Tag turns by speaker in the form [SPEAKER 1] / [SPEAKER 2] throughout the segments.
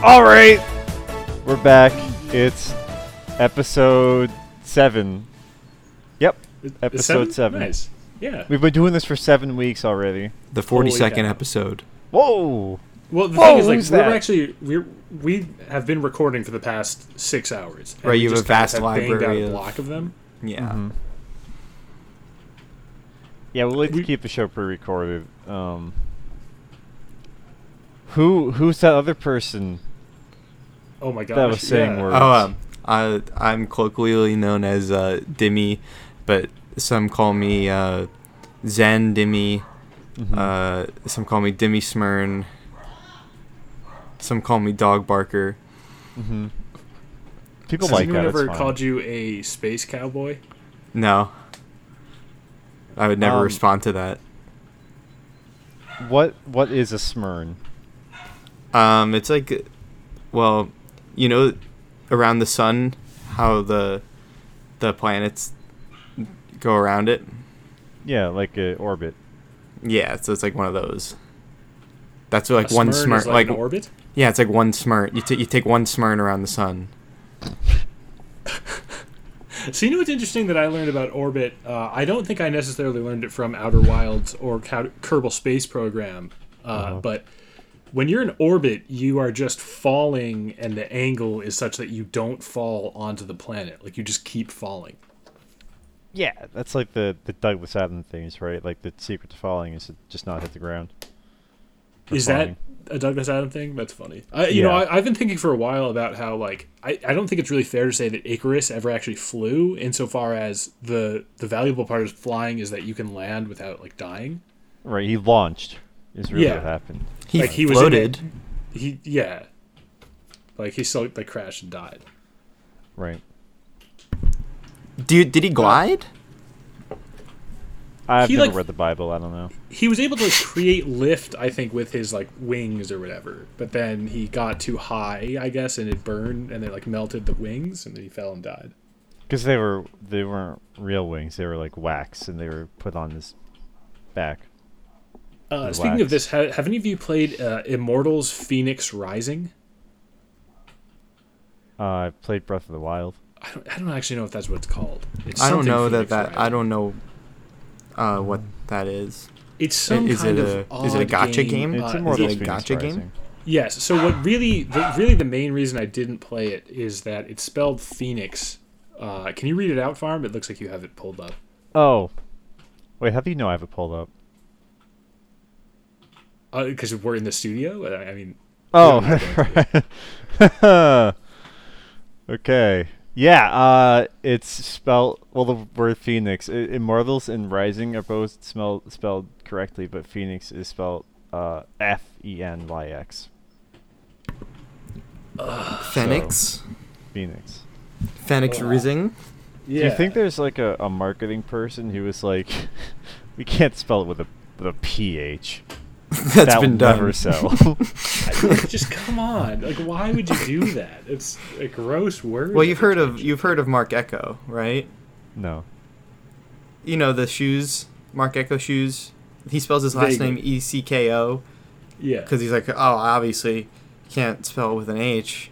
[SPEAKER 1] All right, we're back. It's episode seven. Yep,
[SPEAKER 2] Is- is
[SPEAKER 1] Episode seven.
[SPEAKER 2] Nice. Yeah.
[SPEAKER 1] we've been doing this for seven weeks already.
[SPEAKER 3] The 42nd
[SPEAKER 2] cow.
[SPEAKER 3] episode.
[SPEAKER 1] Whoa!
[SPEAKER 2] Well, the
[SPEAKER 1] Whoa,
[SPEAKER 2] thing is, like,
[SPEAKER 1] who's
[SPEAKER 2] we're
[SPEAKER 1] that?
[SPEAKER 2] actually we we have been recording for the past six hours. and
[SPEAKER 3] Right,
[SPEAKER 2] we
[SPEAKER 3] you have
[SPEAKER 2] just
[SPEAKER 3] a
[SPEAKER 2] kind of
[SPEAKER 3] vast
[SPEAKER 2] have banged out
[SPEAKER 3] library
[SPEAKER 2] a
[SPEAKER 3] of-
[SPEAKER 2] block of them.
[SPEAKER 3] Yeah.
[SPEAKER 1] Yeah, we like to
[SPEAKER 2] We-
[SPEAKER 1] keep the show pre-recorded. Um, who who's that other person?
[SPEAKER 2] Oh my gosh.
[SPEAKER 1] was saying
[SPEAKER 2] yeah. Uh,
[SPEAKER 1] words.
[SPEAKER 3] Oh, um, I, I'm colloquially known as uh, Dimmy, but some call me uh, Zen Dimmy. Uh, some call me Dimmy Smyrn. Some call me Dog Barker.
[SPEAKER 1] People
[SPEAKER 2] Has
[SPEAKER 1] like
[SPEAKER 2] anyone
[SPEAKER 1] that. It's
[SPEAKER 2] ever
[SPEAKER 1] fine.
[SPEAKER 2] called you a space cowboy?
[SPEAKER 3] No. I would never
[SPEAKER 1] Um,
[SPEAKER 3] respond to that.
[SPEAKER 1] What what is a smyrn?
[SPEAKER 3] Um, it's like, well, you know, around the sun, how the the planets go around it.
[SPEAKER 1] Yeah, like a orbit.
[SPEAKER 3] Yeah, so it's like one of those. That's like
[SPEAKER 2] A
[SPEAKER 3] one
[SPEAKER 2] Smyrn
[SPEAKER 3] smirn,
[SPEAKER 2] is like,
[SPEAKER 3] like,
[SPEAKER 2] an orbit.
[SPEAKER 3] yeah, it's like one smirn. You, ta you take one smirn around the sun.
[SPEAKER 2] So you know what's interesting that I learned about orbit? Uh, I don't think I necessarily learned it from Outer Wilds or Cow- Kerbal Space Program, uh, but when you're in orbit, you are just falling, and the angle is such that you don't fall onto the planet. Like you just keep falling.
[SPEAKER 1] Yeah, that's like the the Douglas Adams things, right? Like the secret to falling is to just not hit the ground. Or
[SPEAKER 2] Is
[SPEAKER 1] falling.
[SPEAKER 2] that a Douglas Adam thing? That's funny. I, you know,
[SPEAKER 1] Yeah.
[SPEAKER 2] I, I've been thinking for a while about how, like, I, I don't think it's really fair to say that Icarus ever actually flew, insofar as the the valuable part of flying is that you can land without like dying.
[SPEAKER 1] right? He launched. Is really
[SPEAKER 2] Yeah.
[SPEAKER 1] what happened.
[SPEAKER 3] He
[SPEAKER 2] Like, he was in
[SPEAKER 3] floated.
[SPEAKER 2] it. He yeah, like he still like crashed and died.
[SPEAKER 1] Right.
[SPEAKER 3] Dude, did he glide?
[SPEAKER 1] I've
[SPEAKER 2] He,
[SPEAKER 1] never
[SPEAKER 2] like-
[SPEAKER 1] read the Bible. I don't know.
[SPEAKER 2] He was able to create lift, I think, with his like wings or whatever. But then he got too high, I guess, and it burned, and they like melted the wings, and then he fell and died.
[SPEAKER 1] Because they were they weren't real wings. They were like wax, and they were put on his back.
[SPEAKER 2] Uh,
[SPEAKER 1] The
[SPEAKER 2] speaking of
[SPEAKER 1] wax.
[SPEAKER 2] this, ha- have any of you played uh, Immortals: Phoenix Rising?
[SPEAKER 1] Uh, I played Breath of the Wild.
[SPEAKER 2] I don't, I don't actually know if that's what it's called. It's
[SPEAKER 3] I don't
[SPEAKER 2] something
[SPEAKER 3] know that
[SPEAKER 2] Phoenix
[SPEAKER 3] that.
[SPEAKER 2] Rising.
[SPEAKER 3] I don't know uh, what that is.
[SPEAKER 2] It's some
[SPEAKER 3] is
[SPEAKER 2] kind
[SPEAKER 3] it
[SPEAKER 2] of
[SPEAKER 3] a- is it a
[SPEAKER 2] odd
[SPEAKER 3] gacha game?
[SPEAKER 1] It's
[SPEAKER 2] Uh,
[SPEAKER 1] Immortals
[SPEAKER 3] it a
[SPEAKER 1] Phoenix
[SPEAKER 3] gacha game?
[SPEAKER 1] Rising.
[SPEAKER 2] Yes. So what really, the, really the main reason I didn't play it is that it's spelled Phoenix. Uh, can you read it out, Farm? It looks like you have it pulled up.
[SPEAKER 1] Oh, wait. How do you know I have it pulled up?
[SPEAKER 2] Because Uh, we're in the studio. and I, I mean,
[SPEAKER 1] Oh, right. okay. Yeah, uh, it's spelled well. The word phoenix, I- immortals and rising are both smell, spelled correctly, but phoenix is spelled uh, F E N Y X.
[SPEAKER 3] Phoenix.
[SPEAKER 1] Phoenix.
[SPEAKER 3] Phoenix rising.
[SPEAKER 2] yeah.
[SPEAKER 1] Do you think there's like a, a marketing person who was like, we can't spell it with a with a ph?
[SPEAKER 3] That's
[SPEAKER 1] that
[SPEAKER 3] been
[SPEAKER 1] will
[SPEAKER 3] done.
[SPEAKER 1] Never sell.
[SPEAKER 2] just come on? Like, why would you do that? It's a gross word.
[SPEAKER 3] Well, you've heard of you've heard of Mark Echo, right?
[SPEAKER 1] no.
[SPEAKER 3] you know the shoes, Mark Echo shoes. He spells his last
[SPEAKER 2] Vaguely.
[SPEAKER 3] name E C K O
[SPEAKER 2] Yeah.
[SPEAKER 3] because he's like, oh, obviously can't spell with an H.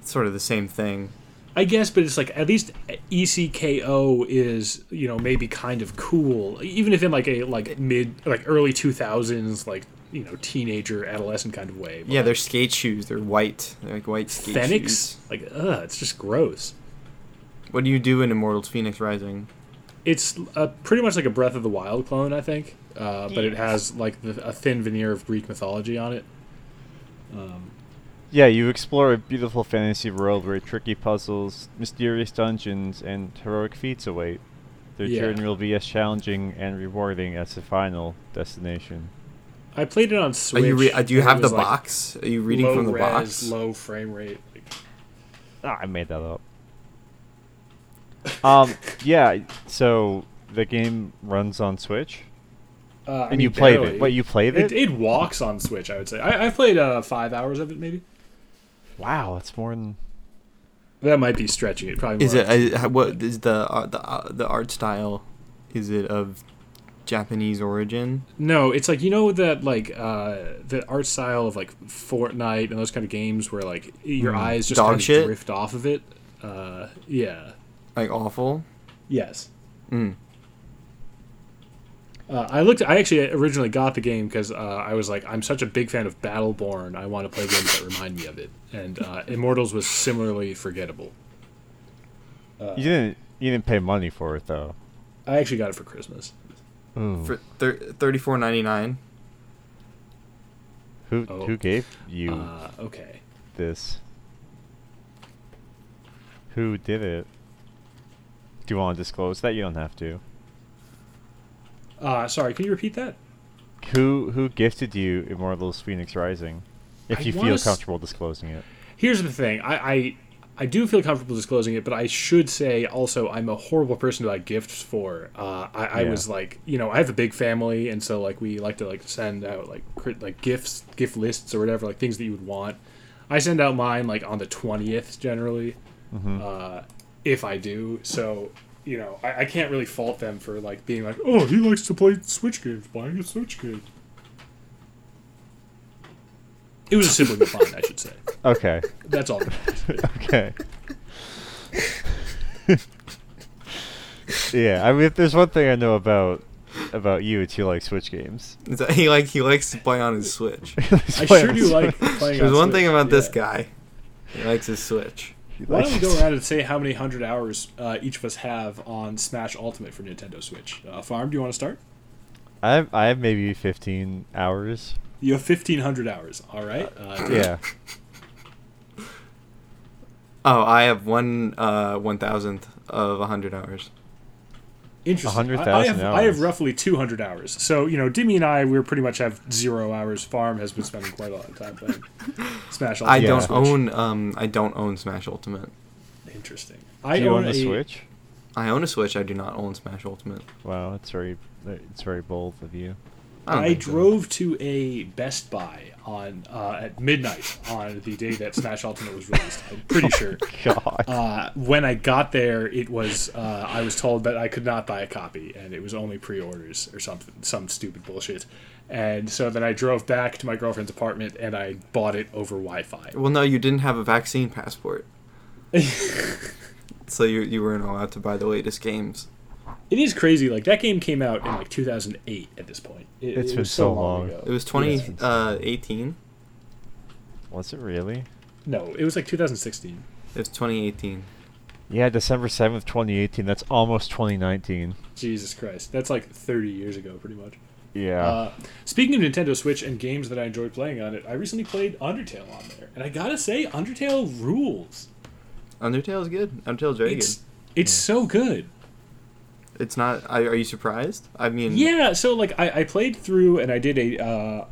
[SPEAKER 3] It's sort of the same thing.
[SPEAKER 2] I guess, but it's like at least E ECKO is you know maybe kind of cool, even if in like a like mid like early two thousands like you know teenager adolescent kind of way.
[SPEAKER 3] Yeah, they're skate shoes. They're white. They're like white skate
[SPEAKER 2] Phoenix,
[SPEAKER 3] shoes.
[SPEAKER 2] like ugh, it's just gross.
[SPEAKER 3] What do you do in Immortals Phoenix Rising?
[SPEAKER 2] It's uh, pretty much like a Breath of the Wild clone, I think, uh, but it has like the, a thin veneer of Greek mythology on it.
[SPEAKER 1] Yeah, you explore a beautiful fantasy world where tricky puzzles, mysterious dungeons, and heroic feats await. Their
[SPEAKER 2] Yeah.
[SPEAKER 1] journey will be as challenging and rewarding as the final destination.
[SPEAKER 2] I played it on
[SPEAKER 3] Are
[SPEAKER 2] Switch.
[SPEAKER 3] you re- uh, do you
[SPEAKER 2] and it
[SPEAKER 3] have the
[SPEAKER 2] was, like,
[SPEAKER 3] box? Are you reading
[SPEAKER 2] low
[SPEAKER 3] from the
[SPEAKER 2] res,
[SPEAKER 3] box?
[SPEAKER 2] Low frame rate. Like,
[SPEAKER 1] Ah, I made that up. um, yeah, so the game runs on Switch,
[SPEAKER 2] uh, I
[SPEAKER 1] and you
[SPEAKER 2] mean,
[SPEAKER 1] played
[SPEAKER 2] barely.
[SPEAKER 1] it. Wait, you played it?
[SPEAKER 2] It, it walks on Switch, I would say. I, I've played uh, five hours of it, maybe.
[SPEAKER 1] Wow, that's more than.
[SPEAKER 2] That might be stretching it. Probably
[SPEAKER 3] Is uh,
[SPEAKER 2] more
[SPEAKER 3] it uh, what is the uh, the uh, the art style? Is it of Japanese origin.
[SPEAKER 2] No, it's like you know that like uh the art style of like Fortnite and those kind of games where like your eyes just
[SPEAKER 3] Mm-hmm. Dog
[SPEAKER 2] kind
[SPEAKER 3] shit?
[SPEAKER 2] of drift off of it. Uh yeah.
[SPEAKER 3] Like awful.
[SPEAKER 2] Yes.
[SPEAKER 3] Mm.
[SPEAKER 2] Uh, I looked. I actually originally got the game because uh, I was like, I'm such a big fan of Battleborn. I want to play games that remind me of it. And uh, Immortals was similarly forgettable.
[SPEAKER 1] you didn't you didn't pay money for it though.
[SPEAKER 2] I actually got it for Christmas.
[SPEAKER 1] Ooh.
[SPEAKER 3] For thir- 34.99.
[SPEAKER 1] who
[SPEAKER 2] oh.
[SPEAKER 1] who gave you
[SPEAKER 2] Uh, okay.
[SPEAKER 1] this? Who did it? Do you want to disclose that? You don't have to.
[SPEAKER 2] Uh, sorry, can you repeat that?
[SPEAKER 1] Who who gifted you Immortals Phoenix Rising? If
[SPEAKER 2] I
[SPEAKER 1] you
[SPEAKER 2] wanna
[SPEAKER 1] feel
[SPEAKER 2] s-
[SPEAKER 1] comfortable disclosing it.
[SPEAKER 2] Here's the thing. I, I I do feel comfortable disclosing it, but I should say also I'm a horrible person to buy gifts for. Uh, I, I
[SPEAKER 1] Yeah.
[SPEAKER 2] was like, you know, I have a big family, and so like we like to like send out like cri- like gifts, gift lists or whatever, like things that you would want. I send out mine like on the twentieth generally, uh, if I do. So you know, I, I can't really fault them for like being like, oh, he likes to play Switch games, buying a Switch game. It was a sibling of mine, I should say.
[SPEAKER 1] Okay.
[SPEAKER 2] That's all. that matters.
[SPEAKER 1] okay. yeah, I mean, if there's one thing I know about about you, it's you like Switch games.
[SPEAKER 3] Is that- he like he likes to play on his Switch.
[SPEAKER 2] I sure do like playing.
[SPEAKER 3] There's
[SPEAKER 2] on
[SPEAKER 3] one thing
[SPEAKER 2] Switch,
[SPEAKER 3] about this
[SPEAKER 2] yeah.
[SPEAKER 3] guy. He likes his Switch.
[SPEAKER 2] Why don't we go around and say how many hundred hours uh, each of us have on Smash Ultimate for Nintendo Switch? Uh, Farm, do you want to start?
[SPEAKER 1] I have, I have maybe 15 hours.
[SPEAKER 2] You have fifteen hundred hours. All right. Uh,
[SPEAKER 1] Yeah.
[SPEAKER 3] Oh, I have one uh one thousandth of a hundred hours.
[SPEAKER 2] Interesting.
[SPEAKER 1] 100,000
[SPEAKER 2] I, I have, I have
[SPEAKER 1] hours.
[SPEAKER 2] roughly two hundred hours. So you know, Dimmy and I, we are pretty much have zero hours. Farm has been spending quite a lot of time playing Smash Ultimate.
[SPEAKER 3] I
[SPEAKER 1] Yeah.
[SPEAKER 3] don't
[SPEAKER 2] Switch.
[SPEAKER 3] own um I don't own Smash Ultimate.
[SPEAKER 2] Interesting. I
[SPEAKER 1] Do you
[SPEAKER 2] own
[SPEAKER 1] own a
[SPEAKER 2] a-
[SPEAKER 1] Switch?
[SPEAKER 3] I own a Switch. I do not own Smash Ultimate.
[SPEAKER 1] Wow, it's very it's very bold of you.
[SPEAKER 3] I, don't
[SPEAKER 2] I
[SPEAKER 3] think so.
[SPEAKER 2] drove to a Best Buy on uh, at midnight on the day that Smash Ultimate was released. I'm pretty sure.
[SPEAKER 1] God.
[SPEAKER 2] Uh, when I got there, it was uh, I was told that I could not buy a copy, and it was only pre-orders or something, some stupid bullshit. And so then I drove back to my girlfriend's apartment and I bought it over Wi-Fi.
[SPEAKER 3] Well, no, you didn't have a vaccine passport, so you you weren't allowed to buy the latest games.
[SPEAKER 2] It is crazy. Like that game came out in like 2008. At this point, it,
[SPEAKER 1] It's
[SPEAKER 2] it
[SPEAKER 1] been
[SPEAKER 2] was
[SPEAKER 1] so
[SPEAKER 2] so long.
[SPEAKER 1] long.
[SPEAKER 2] ago.
[SPEAKER 3] It was 2018.
[SPEAKER 1] Yeah.
[SPEAKER 3] Uh, 18?
[SPEAKER 1] Was it really?
[SPEAKER 2] No, it was like 2016.
[SPEAKER 3] it was 2018.
[SPEAKER 1] Yeah, December 7th, 2018. That's almost 2019.
[SPEAKER 2] Jesus Christ, that's like 30 years ago, pretty much.
[SPEAKER 1] Yeah.
[SPEAKER 2] Uh, speaking of Nintendo Switch and games that I enjoy playing on it, I recently played Undertale on there, and I gotta say, Undertale rules.
[SPEAKER 3] Undertale's good. Undertale's very
[SPEAKER 2] It's it's so good.
[SPEAKER 3] good. It's not. I, are you surprised? I mean,
[SPEAKER 2] Yeah, so like I, I played through and I did a uh,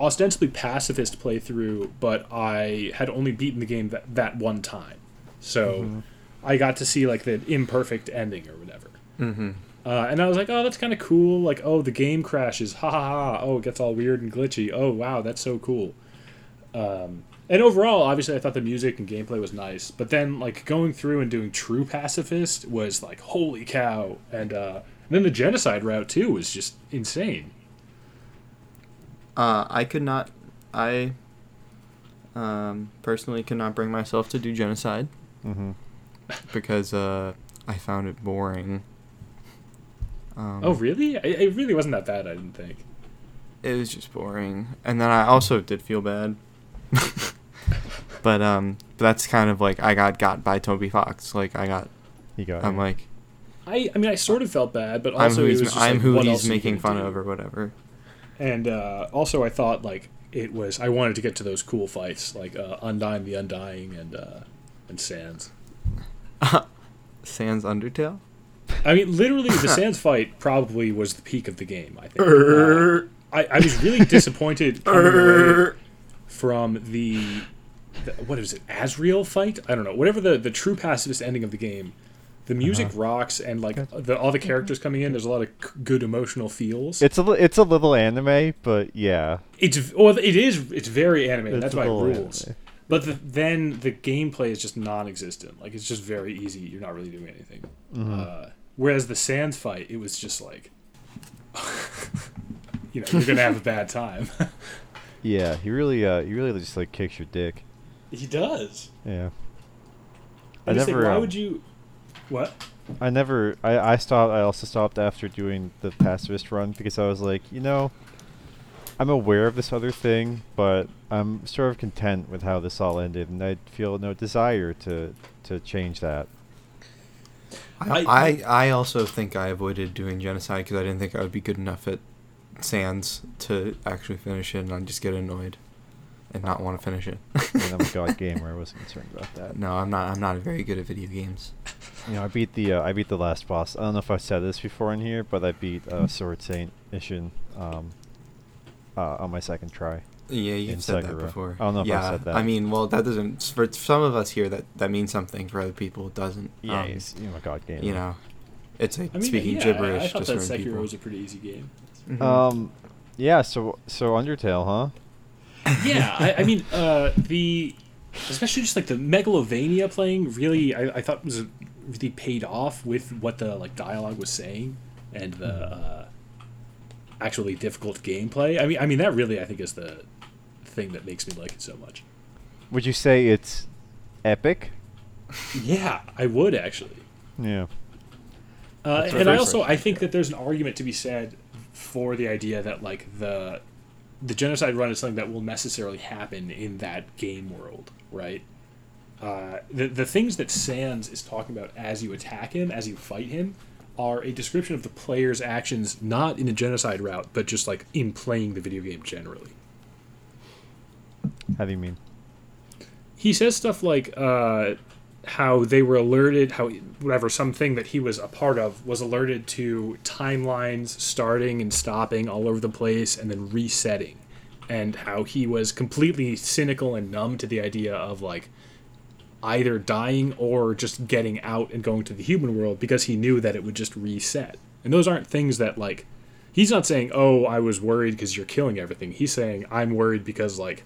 [SPEAKER 2] ostensibly pacifist playthrough, but I had only beaten the game that, that one time, so I got to see like the imperfect ending or whatever. Mm-hmm. Uh, and I was like, oh, that's kind of cool. Like, oh, the game crashes. Ha ha ha. Oh, it gets all weird and glitchy. Oh, wow, that's so cool. And overall, obviously, I thought the music and gameplay was nice. But then, like going through and doing true pacifist was like, holy cow! And, uh, and then the genocide route too was just insane.
[SPEAKER 3] Uh, I could not. I um, personally could not bring myself to do genocide
[SPEAKER 1] Mhm.
[SPEAKER 3] because uh, I found it boring. Um,
[SPEAKER 2] Oh, really? It, it really wasn't that bad. I didn't think.
[SPEAKER 3] it was just boring and then i also did feel bad but um but that's kind of like i got got by toby fox like i got
[SPEAKER 1] you got
[SPEAKER 3] i'm
[SPEAKER 1] it.
[SPEAKER 3] like
[SPEAKER 2] I, I mean, I sort of felt bad, but
[SPEAKER 3] i'm
[SPEAKER 2] also
[SPEAKER 3] who
[SPEAKER 2] it
[SPEAKER 3] he's,
[SPEAKER 2] was just,
[SPEAKER 3] I'm
[SPEAKER 2] like,
[SPEAKER 3] who
[SPEAKER 2] what
[SPEAKER 3] he's
[SPEAKER 2] else are you
[SPEAKER 3] making
[SPEAKER 2] gonna
[SPEAKER 3] fun of
[SPEAKER 2] do?
[SPEAKER 3] or whatever
[SPEAKER 2] And uh, also, I thought like it was. I wanted to get to those cool fights, like uh, Undying the Undying and uh, and Sans.
[SPEAKER 3] sans undertale
[SPEAKER 2] I mean, literally, the Sans fight probably was the peak of the game. I think. Uh, I, I was really disappointed coming away from the, the what is it, Asriel fight? I don't know. Whatever the the true pacifist ending of the game, the music rocks and like the all the characters coming in. There's a lot of c- good emotional feels.
[SPEAKER 1] It's a li- it's a little anime, but yeah.
[SPEAKER 2] It's well, it is. It's very animated.
[SPEAKER 1] It's
[SPEAKER 2] that's why it
[SPEAKER 1] a little
[SPEAKER 2] rules.
[SPEAKER 1] anime.
[SPEAKER 2] But the, then the gameplay is just non-existent. Like it's just very
[SPEAKER 1] Mm-hmm.
[SPEAKER 2] easy. You're not really doing anything. Uh, whereas the Sans fight, it was just like, you know you're gonna have a bad time.
[SPEAKER 1] Yeah, he really, uh, he really just like kicks your dick.
[SPEAKER 2] he does.
[SPEAKER 1] Yeah.
[SPEAKER 2] I,
[SPEAKER 1] I
[SPEAKER 2] just think,
[SPEAKER 1] never,
[SPEAKER 2] why
[SPEAKER 1] um,
[SPEAKER 2] would you? What?
[SPEAKER 1] I never. I, I stopped. I also stopped after doing the pacifist run because I was like, you know, I'm aware of this other thing, but I'm sort of content with how this all ended, and I feel no desire to to change that.
[SPEAKER 3] I, I I also think I avoided doing genocide because I didn't think I would be good enough at Sans to actually finish it, and I just get annoyed and not want to finish it.
[SPEAKER 1] And I'm a god gamer. I wasn't concerned about that.
[SPEAKER 3] no, I'm not. I'm not very good at video games.
[SPEAKER 1] You know, I beat the uh, I beat the last boss. I don't know if I've said this before in here, but I beat uh,
[SPEAKER 3] Mm.
[SPEAKER 1] Sword Saint Ishin um, uh, on my second try.
[SPEAKER 3] Yeah, you've
[SPEAKER 1] In
[SPEAKER 3] said
[SPEAKER 1] Sekiro.
[SPEAKER 3] that before.
[SPEAKER 1] I don't know if I've
[SPEAKER 3] yeah,
[SPEAKER 1] said that.
[SPEAKER 3] I mean, well, that doesn't for some of us here that that means something. For other people, it doesn't.
[SPEAKER 1] Yeah,
[SPEAKER 3] Um,
[SPEAKER 1] he's- you know, a god gamer.
[SPEAKER 3] you know, it's like
[SPEAKER 2] I mean,
[SPEAKER 3] speaking
[SPEAKER 2] yeah,
[SPEAKER 3] gibberish
[SPEAKER 2] I, I thought
[SPEAKER 3] to
[SPEAKER 2] that
[SPEAKER 3] certain
[SPEAKER 2] Sekiro
[SPEAKER 3] people.
[SPEAKER 1] Uh,
[SPEAKER 2] was a pretty easy game.
[SPEAKER 3] Mhm.
[SPEAKER 1] Um, yeah. So so Undertale, huh?
[SPEAKER 2] yeah, I, I mean, uh, the especially just like the Megalovania playing really, I, I thought was really paid off with what the like dialogue was saying and the uh, actually difficult gameplay. I mean, I mean that really, I think, is the thing that makes me like it so much.
[SPEAKER 1] Would you say it's epic?
[SPEAKER 2] Yeah, I would actually.
[SPEAKER 1] Yeah.
[SPEAKER 2] Uh,
[SPEAKER 1] That's
[SPEAKER 2] and
[SPEAKER 1] our
[SPEAKER 2] I
[SPEAKER 1] first
[SPEAKER 2] also I
[SPEAKER 1] question,
[SPEAKER 2] think that there's an argument to be said for the idea that like the the genocide run is something that will necessarily happen in that game world, right? Uh, the the things that Sans is talking about as you attack him, as you fight him, are a description of the player's actions, not in a genocide route, but just like in playing the video game generally.
[SPEAKER 1] How do you mean?
[SPEAKER 2] he says stuff like uh, how they were alerted, how whatever something that he was a part of was alerted to timelines starting and stopping all over the place and then resetting, and how he was completely cynical and numb to the idea of like either dying or just getting out and going to the human world because he knew that it would just reset. And those aren't things that like he's not saying, "Oh, I was worried because you're killing everything." He's saying, "I'm worried because like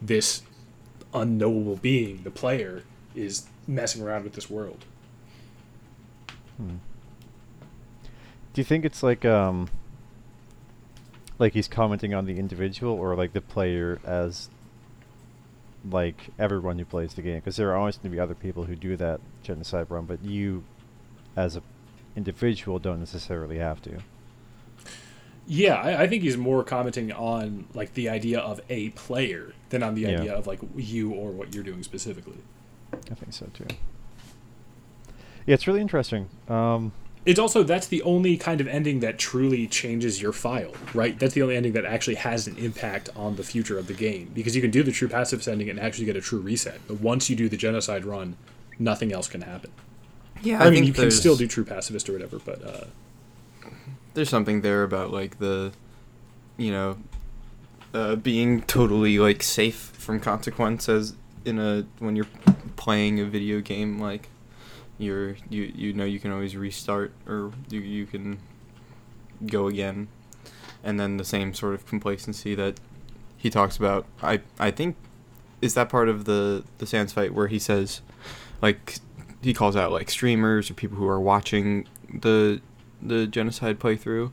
[SPEAKER 2] this unknowable being, the player, is messing around with this world.
[SPEAKER 1] Do you think it's like um like he's commenting on the individual or like the player as like everyone who plays the game because there are always going to be other people who do that genocide run but you as a individual don't necessarily have to.
[SPEAKER 2] Yeah, I, I think he's more commenting on like the idea of a player than on the
[SPEAKER 1] Yeah.
[SPEAKER 2] idea of like you or what you're doing specifically.
[SPEAKER 1] I think so too. Yeah, it's really interesting. Um
[SPEAKER 2] It's also that's the only kind of ending that truly changes your file, right? That's the only ending that actually has an impact on the future of the game because you can do the true passive ending and actually get a true reset. But once you do the genocide run, nothing else can happen.
[SPEAKER 3] yeah,
[SPEAKER 2] I,
[SPEAKER 3] I,
[SPEAKER 2] mean,
[SPEAKER 3] think
[SPEAKER 2] you can still
[SPEAKER 3] there's-
[SPEAKER 2] do true pacifist or whatever, but uh,
[SPEAKER 3] there's something there about like the you know uh, being totally like safe from consequences in a when you're playing a video game like you're you you know you can always restart or you, you can go again and then the same sort of complacency that he talks about i i think is that part of the the sans fight where he says like he calls out like streamers or people who are watching the the genocide playthrough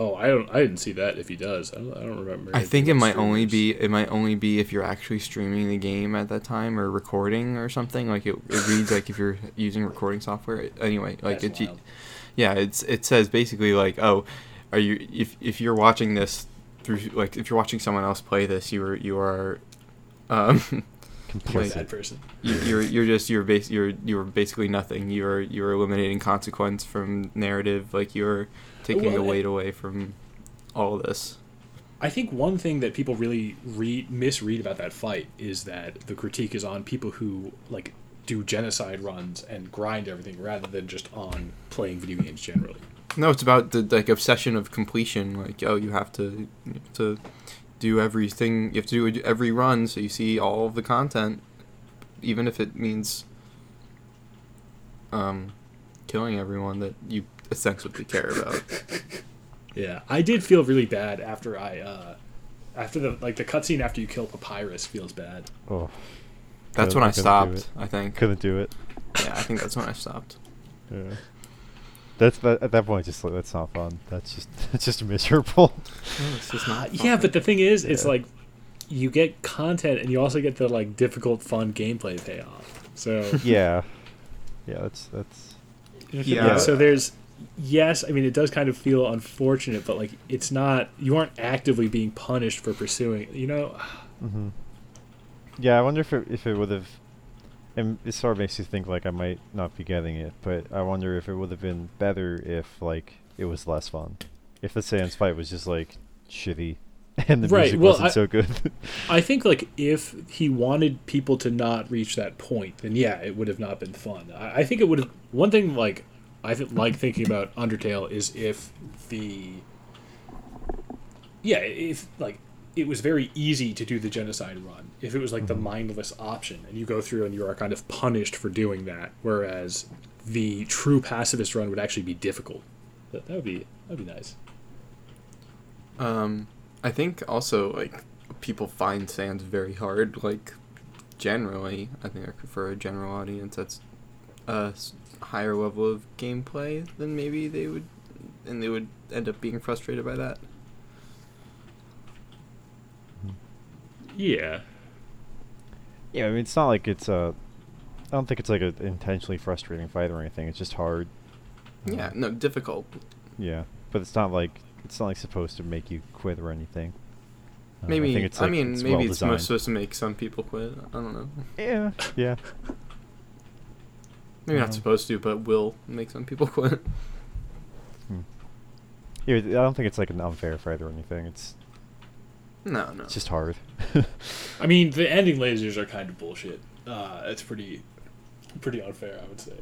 [SPEAKER 2] oh, I don't, I didn't see that. If he does, I don't, I don't remember.
[SPEAKER 3] I
[SPEAKER 2] anything
[SPEAKER 3] think it
[SPEAKER 2] about
[SPEAKER 3] might only
[SPEAKER 2] streamers.
[SPEAKER 3] be it might only be if you're actually streaming the game at that time or recording or something. Like it, it reads like if you're using recording software. Anyway, like
[SPEAKER 2] That's
[SPEAKER 3] it,
[SPEAKER 2] wild.
[SPEAKER 3] yeah, it's it says basically like oh, are you if if you're watching this through like if you're watching someone else play this, you are you are. Um,
[SPEAKER 1] complicit.
[SPEAKER 2] bad person.
[SPEAKER 3] you- you're you're just you're bas- you're you're basically nothing. You're you're eliminating consequence from narrative. Like you're taking
[SPEAKER 2] Well,
[SPEAKER 3] the
[SPEAKER 2] and-
[SPEAKER 3] weight away from all this.
[SPEAKER 2] I think one thing that people really read misread about that fight is that the critique is on people who like do genocide runs and grind everything rather than just on playing video games generally.
[SPEAKER 3] No, it's about the like obsession of completion. Like, oh, you have to you have to do everything. You have to do every run so you see all of the content, even if it means um, killing everyone that you ostensibly care about.
[SPEAKER 2] Yeah, I did feel really bad after I uh after the like the cutscene after you kill Papyrus feels bad.
[SPEAKER 1] Oh,
[SPEAKER 3] That's
[SPEAKER 1] Yeah,
[SPEAKER 3] when
[SPEAKER 1] I
[SPEAKER 3] I
[SPEAKER 1] couldn't do
[SPEAKER 3] stopped.
[SPEAKER 1] it.
[SPEAKER 3] I think.
[SPEAKER 1] couldn't do it.
[SPEAKER 3] Yeah, I think that's when I stopped.
[SPEAKER 1] Yeah. That's that, at that point, just like that's not fun. That's just that's just miserable.
[SPEAKER 3] This is not.
[SPEAKER 2] Uh, Yeah, but the thing is, it's
[SPEAKER 1] Yeah.
[SPEAKER 2] like you get content and you also get the like difficult, fun gameplay payoff. So
[SPEAKER 1] yeah, yeah. That's that's
[SPEAKER 3] Yeah.
[SPEAKER 2] So there's yes, I mean it does kind of feel unfortunate, but like it's not you aren't actively being punished for pursuing. You know,
[SPEAKER 1] yeah. I wonder if it, if it would have. And it sort of makes you think like I might not be getting it, but I wonder if it would have been better if like it was less fun. If the Sans fight was just like shitty, and the
[SPEAKER 2] Right,
[SPEAKER 1] music
[SPEAKER 2] well,
[SPEAKER 1] wasn't
[SPEAKER 2] I-
[SPEAKER 1] so good.
[SPEAKER 2] I think like if he wanted people to not reach that point, then yeah, it would have not been fun. I, I think it would have. One thing like I th- like thinking about Undertale is if the yeah, if like it was very easy to do the genocide run. If it was like the mindless option, and you go through and you are kind of punished for doing that, whereas the true pacifist run would actually be difficult. That, that would be that'd be nice.
[SPEAKER 3] Um, I think also like people find Sans very hard. Like generally, I think for a general audience, that's a s- higher level of gameplay than maybe they would, and they would end up being frustrated by that.
[SPEAKER 2] Yeah.
[SPEAKER 1] Yeah, I mean, it's not like it's a. I don't think it's like an intentionally frustrating fight or anything. It's just hard.
[SPEAKER 3] Yeah, no, difficult.
[SPEAKER 1] Uh, Yeah, but it's not like it's not like supposed to make you quit or anything. Uh,
[SPEAKER 3] Maybe I,
[SPEAKER 1] think like,
[SPEAKER 3] mean
[SPEAKER 1] it's
[SPEAKER 3] maybe
[SPEAKER 1] well
[SPEAKER 3] it's most
[SPEAKER 1] designed.
[SPEAKER 3] supposed to make some people quit. I don't know.
[SPEAKER 1] yeah, yeah,
[SPEAKER 3] Maybe
[SPEAKER 1] Um,
[SPEAKER 3] not supposed to, but will make some people quit.
[SPEAKER 1] yeah. I don't think it's like an unfair fight or anything. It's
[SPEAKER 3] no, no.
[SPEAKER 1] it's just hard.
[SPEAKER 2] I mean, the ending lasers are kind of bullshit. Uh, it's pretty, pretty unfair, I would say.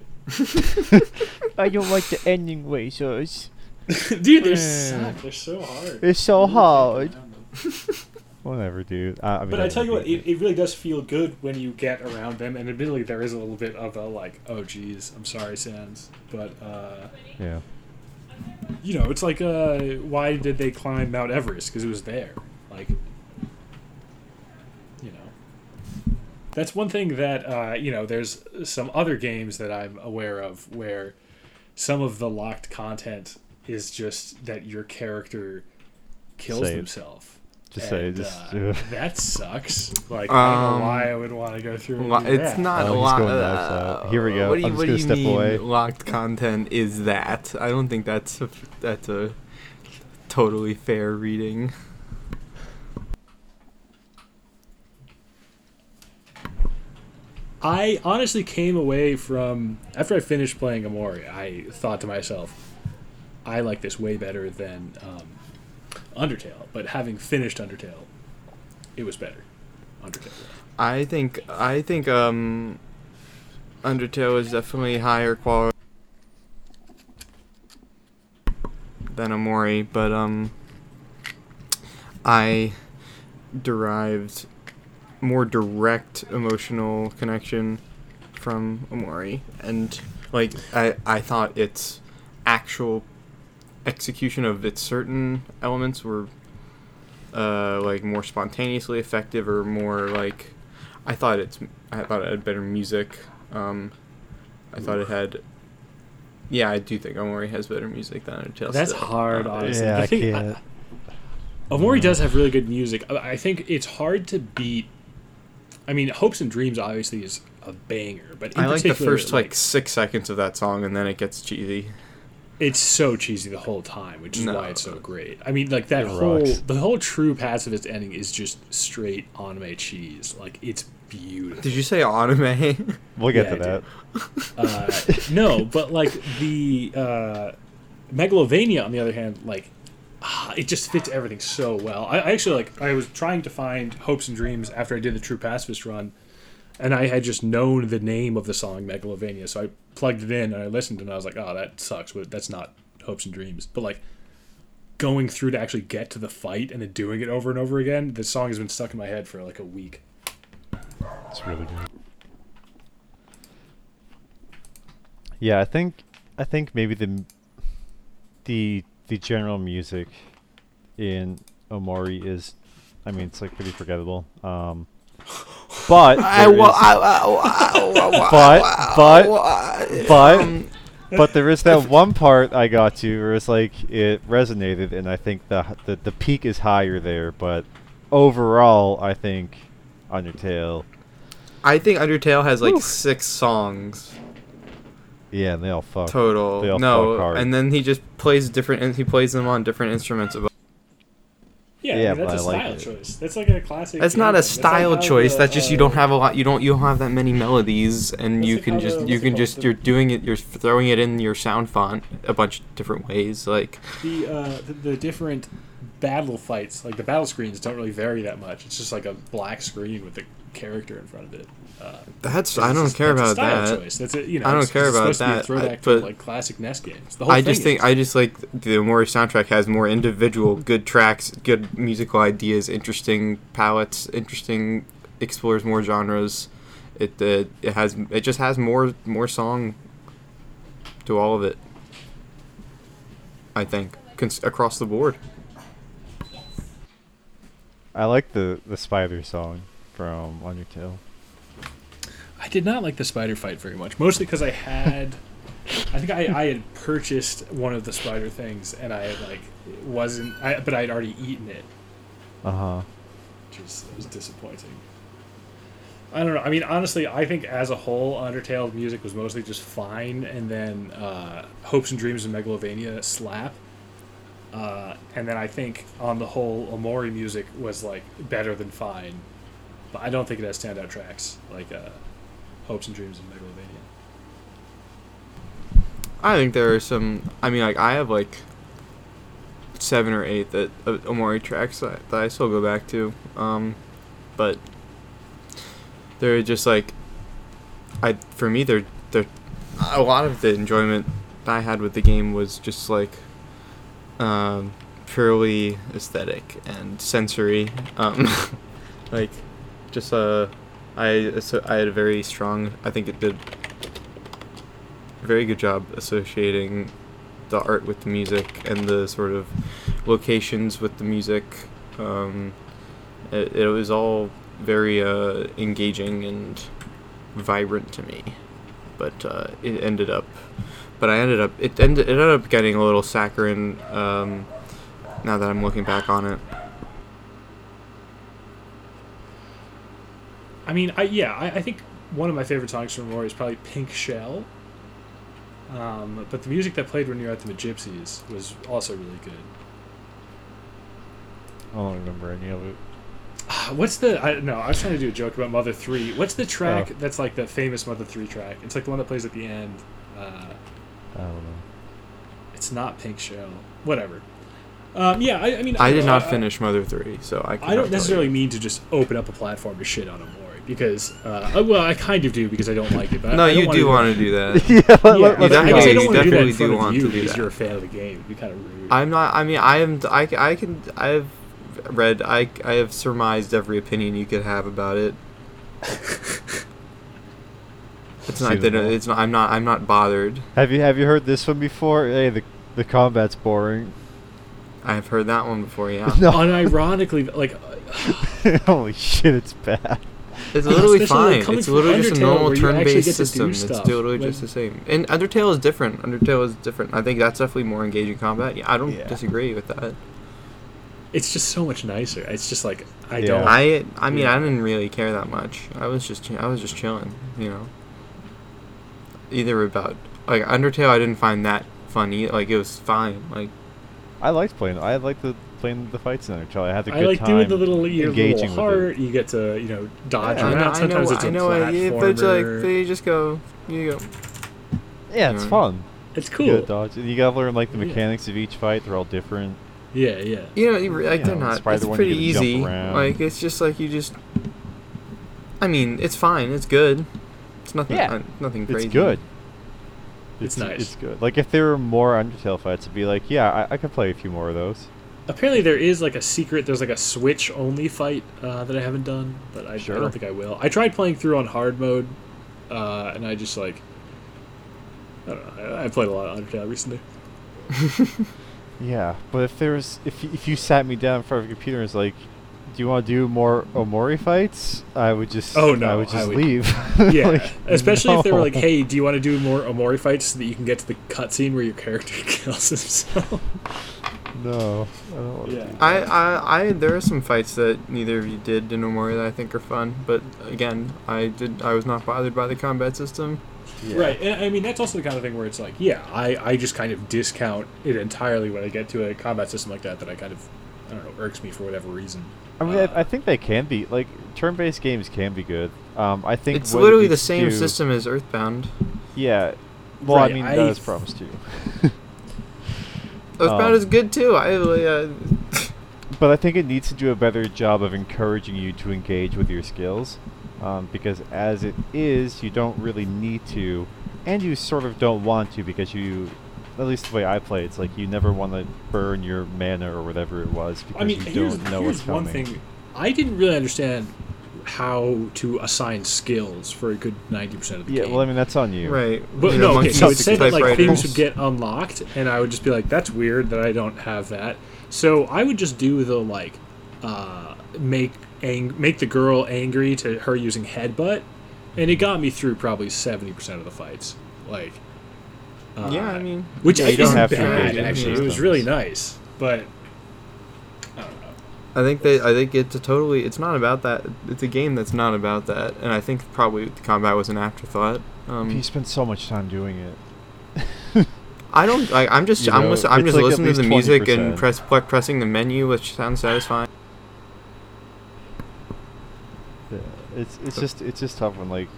[SPEAKER 1] I don't like the ending lasers.
[SPEAKER 2] Dude, they
[SPEAKER 1] Yeah.
[SPEAKER 2] suck. They're so hard.
[SPEAKER 1] It's so
[SPEAKER 2] Really fucking
[SPEAKER 1] hard.
[SPEAKER 2] around them.
[SPEAKER 1] Whatever, dude. I, I mean,
[SPEAKER 2] But I tell you what,
[SPEAKER 1] hate
[SPEAKER 2] it, it really does feel good when you get around them. And admittedly, there is a little bit of a like, oh geez, I'm sorry, Sans, but uh,
[SPEAKER 1] it. yeah,
[SPEAKER 2] you know, it's like, uh, why did they climb Mount Everest? Because it was there. Like, you know, that's one thing that uh, you know. There's some other games that I'm aware of where some of the locked content is just that your character kills
[SPEAKER 1] Say it.
[SPEAKER 2] himself.
[SPEAKER 1] just say
[SPEAKER 2] And,
[SPEAKER 1] just.
[SPEAKER 2] uh,
[SPEAKER 1] ugh.
[SPEAKER 2] that sucks. Like, I don't
[SPEAKER 3] Um,
[SPEAKER 2] know why I would want to go through. and
[SPEAKER 3] Lo-
[SPEAKER 2] do
[SPEAKER 3] it's
[SPEAKER 2] that.
[SPEAKER 3] not
[SPEAKER 1] Oh,
[SPEAKER 3] a
[SPEAKER 1] he's
[SPEAKER 3] lot. uh,
[SPEAKER 1] going knives out. Here we go.
[SPEAKER 3] What do you,
[SPEAKER 1] I'm just
[SPEAKER 3] what do
[SPEAKER 1] gonna
[SPEAKER 3] you
[SPEAKER 1] step
[SPEAKER 3] mean
[SPEAKER 1] away.
[SPEAKER 3] locked content is that? I don't think that's a, that's a totally fair reading.
[SPEAKER 2] I honestly came away from after I finished playing Amori. I thought to myself, I like this way better than um, Undertale. But having finished Undertale, it was better. Undertale.
[SPEAKER 3] I think I think um, Undertale is definitely higher quality than Amori, but um, I derived more direct emotional connection from Amori, and like I I thought its actual execution of its certain elements were uh, like more spontaneously effective or more like I thought it's I thought it had better music. Um, I thought it had. Yeah, I do think Omori has better music than Undertale.
[SPEAKER 2] That's
[SPEAKER 3] still.
[SPEAKER 2] hard,
[SPEAKER 3] Uh,
[SPEAKER 2] honestly.
[SPEAKER 1] yeah,
[SPEAKER 2] I
[SPEAKER 1] I
[SPEAKER 2] think- I-
[SPEAKER 1] can't.
[SPEAKER 2] Amori does have really good music. I I think it's hard to beat. I mean, Hopes and Dreams obviously is a banger, but in
[SPEAKER 3] I like the
[SPEAKER 2] particular,
[SPEAKER 3] first like six seconds of that song, and then it gets cheesy.
[SPEAKER 2] it's so cheesy the whole time, which is
[SPEAKER 3] No.
[SPEAKER 2] why it's so great. I mean, like that
[SPEAKER 1] It
[SPEAKER 2] whole
[SPEAKER 1] rocks.
[SPEAKER 2] the whole true pacifist ending is just straight anime cheese. Like it's beautiful.
[SPEAKER 3] Did you say anime?
[SPEAKER 1] we'll get to
[SPEAKER 2] Yeah, I do.
[SPEAKER 1] that.
[SPEAKER 2] Uh, no, but like the uh, Megalovania, on the other hand, like ah, it just fits everything so well. I, I actually like I was trying to find hopes and dreams after I did the true pacifist run, and I had just known the name of the song Megalovania, so I plugged it in and I listened and I was like, oh, that sucks, but that's not hopes and dreams. But like going through to actually get to the fight and then doing it over and over again, the song has been stuck in my head for like a week.
[SPEAKER 1] It's really good. Yeah, I think I think maybe the m- the the general music in Omori is, I mean, it's like pretty forgettable. Um, but there is-
[SPEAKER 3] I, um, I,
[SPEAKER 1] but but but but there is that one part I got to where it's like it resonated, and I think the h- the, the peak is higher there. But overall, I think Undertale,
[SPEAKER 3] I think Undertale has like
[SPEAKER 1] Oof.
[SPEAKER 3] six songs
[SPEAKER 1] yeah, and they all fuck.
[SPEAKER 3] total.
[SPEAKER 1] They all fuck
[SPEAKER 3] no,
[SPEAKER 1] hard.
[SPEAKER 3] and then he just plays different. and He plays them on different instruments. Above.
[SPEAKER 1] Yeah,
[SPEAKER 2] Yeah, I mean,
[SPEAKER 1] but
[SPEAKER 2] that's a
[SPEAKER 1] I like
[SPEAKER 2] style
[SPEAKER 1] it.
[SPEAKER 2] choice. That's like a classic.
[SPEAKER 3] That's not
[SPEAKER 2] game.
[SPEAKER 3] a
[SPEAKER 2] like
[SPEAKER 3] style
[SPEAKER 2] how
[SPEAKER 3] choice.
[SPEAKER 2] the,
[SPEAKER 3] that's just you
[SPEAKER 2] uh,
[SPEAKER 3] don't have a lot. You don't. You don't have that many melodies, and
[SPEAKER 2] That's
[SPEAKER 3] you
[SPEAKER 2] like
[SPEAKER 3] can
[SPEAKER 2] how
[SPEAKER 3] just.
[SPEAKER 2] the-
[SPEAKER 3] you
[SPEAKER 2] what's it
[SPEAKER 3] can
[SPEAKER 2] called?
[SPEAKER 3] just.
[SPEAKER 2] The-
[SPEAKER 3] You're doing it. You're throwing it in your sound font a bunch of different ways. Like
[SPEAKER 2] the uh, the, the different battle fights, like the battle screens, don't really vary that much. It's just like a black screen with a character in front of it. Uh,
[SPEAKER 3] that's. I
[SPEAKER 2] it's
[SPEAKER 3] don't
[SPEAKER 2] just-
[SPEAKER 3] care
[SPEAKER 2] that's
[SPEAKER 3] about
[SPEAKER 2] a style
[SPEAKER 3] that.
[SPEAKER 2] Choice. That's a, you know,
[SPEAKER 3] I don't
[SPEAKER 2] it's-
[SPEAKER 3] care
[SPEAKER 2] it's
[SPEAKER 3] about
[SPEAKER 2] supposed to be a
[SPEAKER 3] that, I-
[SPEAKER 2] throwback to
[SPEAKER 3] but-
[SPEAKER 2] like classic NES games. The whole
[SPEAKER 3] I
[SPEAKER 2] thing
[SPEAKER 3] just think
[SPEAKER 2] is.
[SPEAKER 3] I just like the Mori soundtrack has more individual good tracks, good musical ideas, interesting palettes, interesting explores more genres. It uh, it has it just has more more song to all of it. I think cons- across the board.
[SPEAKER 1] I like the the spider song from Undertale.
[SPEAKER 2] I did not like the spider fight very much, mostly because I had, I think I, I had purchased one of the spider things and I had like it wasn't, I, but I had already eaten it,
[SPEAKER 1] Uh huh.
[SPEAKER 2] which was, it was disappointing. I don't know. I mean, honestly, I think as a whole, Undertale music was mostly just fine, and then uh, Hopes and Dreams and Megalovania slap. Uh, and then I think on the whole, Amori music was like better than fine, but I don't think it has standout tracks like uh, Hopes and Dreams and Megalovania.
[SPEAKER 3] I think there are some. I mean, like I have like seven or eight that uh, Omori tracks that, that I still go back to. Um, but they're just like I for me they're they're a lot of the enjoyment I had with the game was just like um, purely aesthetic and sensory. Um, like just uh, I so I had a very strong. I think it did very good job associating the art with the music and the sort of locations with the music. Um, it, it was all very uh, engaging and vibrant to me, but uh, it ended up. But I ended up. It ended. It ended up getting a little saccharine. Um, now that I'm looking back on it,
[SPEAKER 2] I mean, I yeah, I, I think one of my favorite songs from Rory is probably Pink Shell. Um, but the music that played when you were at the Gypsies was also really good.
[SPEAKER 1] I don't remember any of it.
[SPEAKER 2] Ah, What's the? I no, I was trying to do a joke about Mother Three. What's the
[SPEAKER 3] Oh.
[SPEAKER 2] track that's like the famous Mother Three track? It's like the one that plays at the end. Uh,
[SPEAKER 1] I don't know.
[SPEAKER 2] it's not Pink Shell. Whatever. Um, yeah, I, I mean,
[SPEAKER 3] I did not
[SPEAKER 2] I-
[SPEAKER 3] finish Mother Three, so I.
[SPEAKER 2] I don't
[SPEAKER 3] cannot tell you.
[SPEAKER 2] necessarily mean to just open up a platform to shit on Amori because, uh, I- well, I kind of do because I don't like it. But I-
[SPEAKER 3] No,
[SPEAKER 2] I don't
[SPEAKER 3] you
[SPEAKER 2] wanna
[SPEAKER 3] do
[SPEAKER 2] that.
[SPEAKER 3] want to do that.
[SPEAKER 1] yeah, let,
[SPEAKER 2] yeah,
[SPEAKER 1] let, let's
[SPEAKER 3] you
[SPEAKER 1] go.
[SPEAKER 2] I guess I
[SPEAKER 3] definitely-
[SPEAKER 2] don't want
[SPEAKER 3] you
[SPEAKER 2] to do that in
[SPEAKER 3] definitely
[SPEAKER 2] front
[SPEAKER 3] do
[SPEAKER 2] of
[SPEAKER 3] want
[SPEAKER 2] you
[SPEAKER 3] to do
[SPEAKER 2] because
[SPEAKER 3] that.
[SPEAKER 2] you're a fan of the game. You're kind of rude.
[SPEAKER 3] I'm not. I mean, I am. I, I can. I have read. I I have surmised every opinion you could have about it. It's not that.
[SPEAKER 1] Suitable.
[SPEAKER 3] It's not. I'm not. I'm not bothered.
[SPEAKER 1] Have you have you heard this one before? Hey, the the combat's boring.
[SPEAKER 3] I've heard that one before. Yeah,
[SPEAKER 1] No,
[SPEAKER 2] Unironically, like, uh,
[SPEAKER 1] holy shit, it's bad.
[SPEAKER 3] it's literally
[SPEAKER 2] Especially, like,
[SPEAKER 3] fine.
[SPEAKER 2] coming
[SPEAKER 3] it's
[SPEAKER 2] from
[SPEAKER 3] literally just a
[SPEAKER 2] Undertale,
[SPEAKER 3] normal
[SPEAKER 2] where you actually
[SPEAKER 3] turn-based
[SPEAKER 2] get to do
[SPEAKER 3] system. It's
[SPEAKER 2] stuff,
[SPEAKER 3] literally
[SPEAKER 2] like-
[SPEAKER 3] just the same. And Undertale is different. Undertale is different. I think that's definitely more engaging combat. Yeah, I don't
[SPEAKER 1] Yeah.
[SPEAKER 3] disagree with that.
[SPEAKER 2] it's just so much nicer. It's just like I
[SPEAKER 1] Yeah.
[SPEAKER 2] don't.
[SPEAKER 3] I I mean
[SPEAKER 2] Yeah.
[SPEAKER 3] I didn't really care that much. I was just I was just chilling, you know. Either about like Undertale, I didn't find that funny. Like it was fine. Like
[SPEAKER 1] I liked playing. I liked the playing the fights in Undertale. I had a good
[SPEAKER 2] I like
[SPEAKER 1] time.
[SPEAKER 2] doing the little your
[SPEAKER 1] engaging
[SPEAKER 2] little
[SPEAKER 1] with
[SPEAKER 2] heart. You get to you know dodge
[SPEAKER 1] Yeah,
[SPEAKER 3] I
[SPEAKER 2] around.
[SPEAKER 3] know, I know,
[SPEAKER 2] Sometimes it's a
[SPEAKER 3] I know, I- yeah, but it's like
[SPEAKER 2] platformer.
[SPEAKER 3] they just go, you go.
[SPEAKER 1] Yeah, it's
[SPEAKER 3] Yeah.
[SPEAKER 1] fun.
[SPEAKER 2] it's
[SPEAKER 1] You
[SPEAKER 2] cool. Oh,
[SPEAKER 1] gotta dodge. You gotta learn like the
[SPEAKER 2] Yeah.
[SPEAKER 1] mechanics of each fight. They're all different.
[SPEAKER 2] Yeah, yeah.
[SPEAKER 3] You know, you, re- like
[SPEAKER 1] Yeah,
[SPEAKER 3] they're
[SPEAKER 1] it's
[SPEAKER 3] not.
[SPEAKER 1] probably
[SPEAKER 3] It's
[SPEAKER 1] the one you get
[SPEAKER 3] pretty
[SPEAKER 1] to jump
[SPEAKER 3] easy.
[SPEAKER 1] around.
[SPEAKER 3] Like it's just like you just. I mean, it's fine. It's good. It's nothing.
[SPEAKER 1] Yeah.
[SPEAKER 3] uh, nothing crazy.
[SPEAKER 1] It's good.
[SPEAKER 2] It's nice.
[SPEAKER 1] It's good. Like if there were more Undertale fights, it'd be like, yeah, I, I could play a few more of those.
[SPEAKER 2] Apparently there is like a secret. There's like a Switch only fight uh, that I haven't done, but I, I
[SPEAKER 1] Sure.
[SPEAKER 2] don't think I will. I tried playing through on hard mode, uh, and I just like I don't know. I, I played a lot of Undertale recently.
[SPEAKER 1] Yeah, but if there was, if y- if you sat me down in front of a computer and was like, do you want to do more Omori fights? I would just.
[SPEAKER 2] Oh,
[SPEAKER 1] I
[SPEAKER 2] no,
[SPEAKER 1] would
[SPEAKER 2] I
[SPEAKER 1] just
[SPEAKER 2] would-
[SPEAKER 1] leave.
[SPEAKER 2] Yeah,
[SPEAKER 1] Like,
[SPEAKER 2] especially if they were
[SPEAKER 1] no.
[SPEAKER 2] like, "Hey, do you want to do more Omori fights so that you can get to the cutscene where your character kills himself?"
[SPEAKER 1] No, I don't want to
[SPEAKER 2] Yeah.
[SPEAKER 1] do
[SPEAKER 3] I, I, I, there are some fights that neither of you did in Omori that I think are fun, but again, I did, I was not bothered by the combat system.
[SPEAKER 1] Yeah.
[SPEAKER 2] Right, and I mean that's also the kind of thing where it's like, yeah, I, I just kind of discount it entirely when I get to a combat system like that that I kind of I don't know irks me for whatever reason.
[SPEAKER 1] I mean,
[SPEAKER 2] Uh,
[SPEAKER 1] I, I think they can be like turn-based games can be good. Um, I think
[SPEAKER 3] It's
[SPEAKER 1] what
[SPEAKER 3] literally
[SPEAKER 1] it
[SPEAKER 3] the
[SPEAKER 1] needs to
[SPEAKER 3] same
[SPEAKER 1] do-
[SPEAKER 3] system as Earthbound.
[SPEAKER 1] Yeah. Well,
[SPEAKER 2] Right,
[SPEAKER 1] I mean,
[SPEAKER 2] I-
[SPEAKER 1] that is promised too.
[SPEAKER 3] Earthbound
[SPEAKER 1] Um,
[SPEAKER 3] is good too. I, uh,
[SPEAKER 1] But I think it needs to do a better job of encouraging you to engage with your skills, um, because as it is, you don't really need to, and you sort of don't want to because you, at least the way I play, it's like you never want to burn your mana or whatever it was because
[SPEAKER 2] I mean,
[SPEAKER 1] you
[SPEAKER 2] here's,
[SPEAKER 1] don't know
[SPEAKER 2] here's
[SPEAKER 1] what's coming.
[SPEAKER 2] one thing I didn't really understand how to assign skills for a good ninety percent of the
[SPEAKER 1] Yeah,
[SPEAKER 2] game.
[SPEAKER 1] well, I mean, that's on you.
[SPEAKER 3] right.
[SPEAKER 2] But
[SPEAKER 3] You know,
[SPEAKER 2] no, okay,
[SPEAKER 3] monkey
[SPEAKER 2] so it
[SPEAKER 3] sticks
[SPEAKER 2] said that like things
[SPEAKER 3] typewriters.
[SPEAKER 2] would get unlocked, and I would just be like, "That's weird that I don't have that." So I would just do the like, uh, make ang- make the girl angry to her using headbutt, and it got me through probably seventy percent of the fights. Like, uh,
[SPEAKER 3] Yeah, I mean,
[SPEAKER 2] which
[SPEAKER 3] yeah,
[SPEAKER 2] is
[SPEAKER 3] you don't
[SPEAKER 2] isn't
[SPEAKER 1] have to engage
[SPEAKER 2] bad
[SPEAKER 1] in
[SPEAKER 2] actually. It was
[SPEAKER 1] systems.
[SPEAKER 2] really nice, but
[SPEAKER 3] I think they, I think it's a totally, it's not about that. It's a game that's not about that, and I think probably the combat was an afterthought.
[SPEAKER 1] You
[SPEAKER 2] Mm-hmm.
[SPEAKER 3] Um,
[SPEAKER 1] spend so much time doing it.
[SPEAKER 3] I don't, like, I'm just,
[SPEAKER 1] You
[SPEAKER 3] I'm,
[SPEAKER 1] know,
[SPEAKER 3] listen, I'm
[SPEAKER 1] it's
[SPEAKER 3] just
[SPEAKER 1] like at
[SPEAKER 3] listening to the
[SPEAKER 1] least
[SPEAKER 3] music and
[SPEAKER 1] 20%.
[SPEAKER 3] press, ple- pressing the menu, which sounds satisfying.
[SPEAKER 1] Yeah, it's it's just it's just tough when like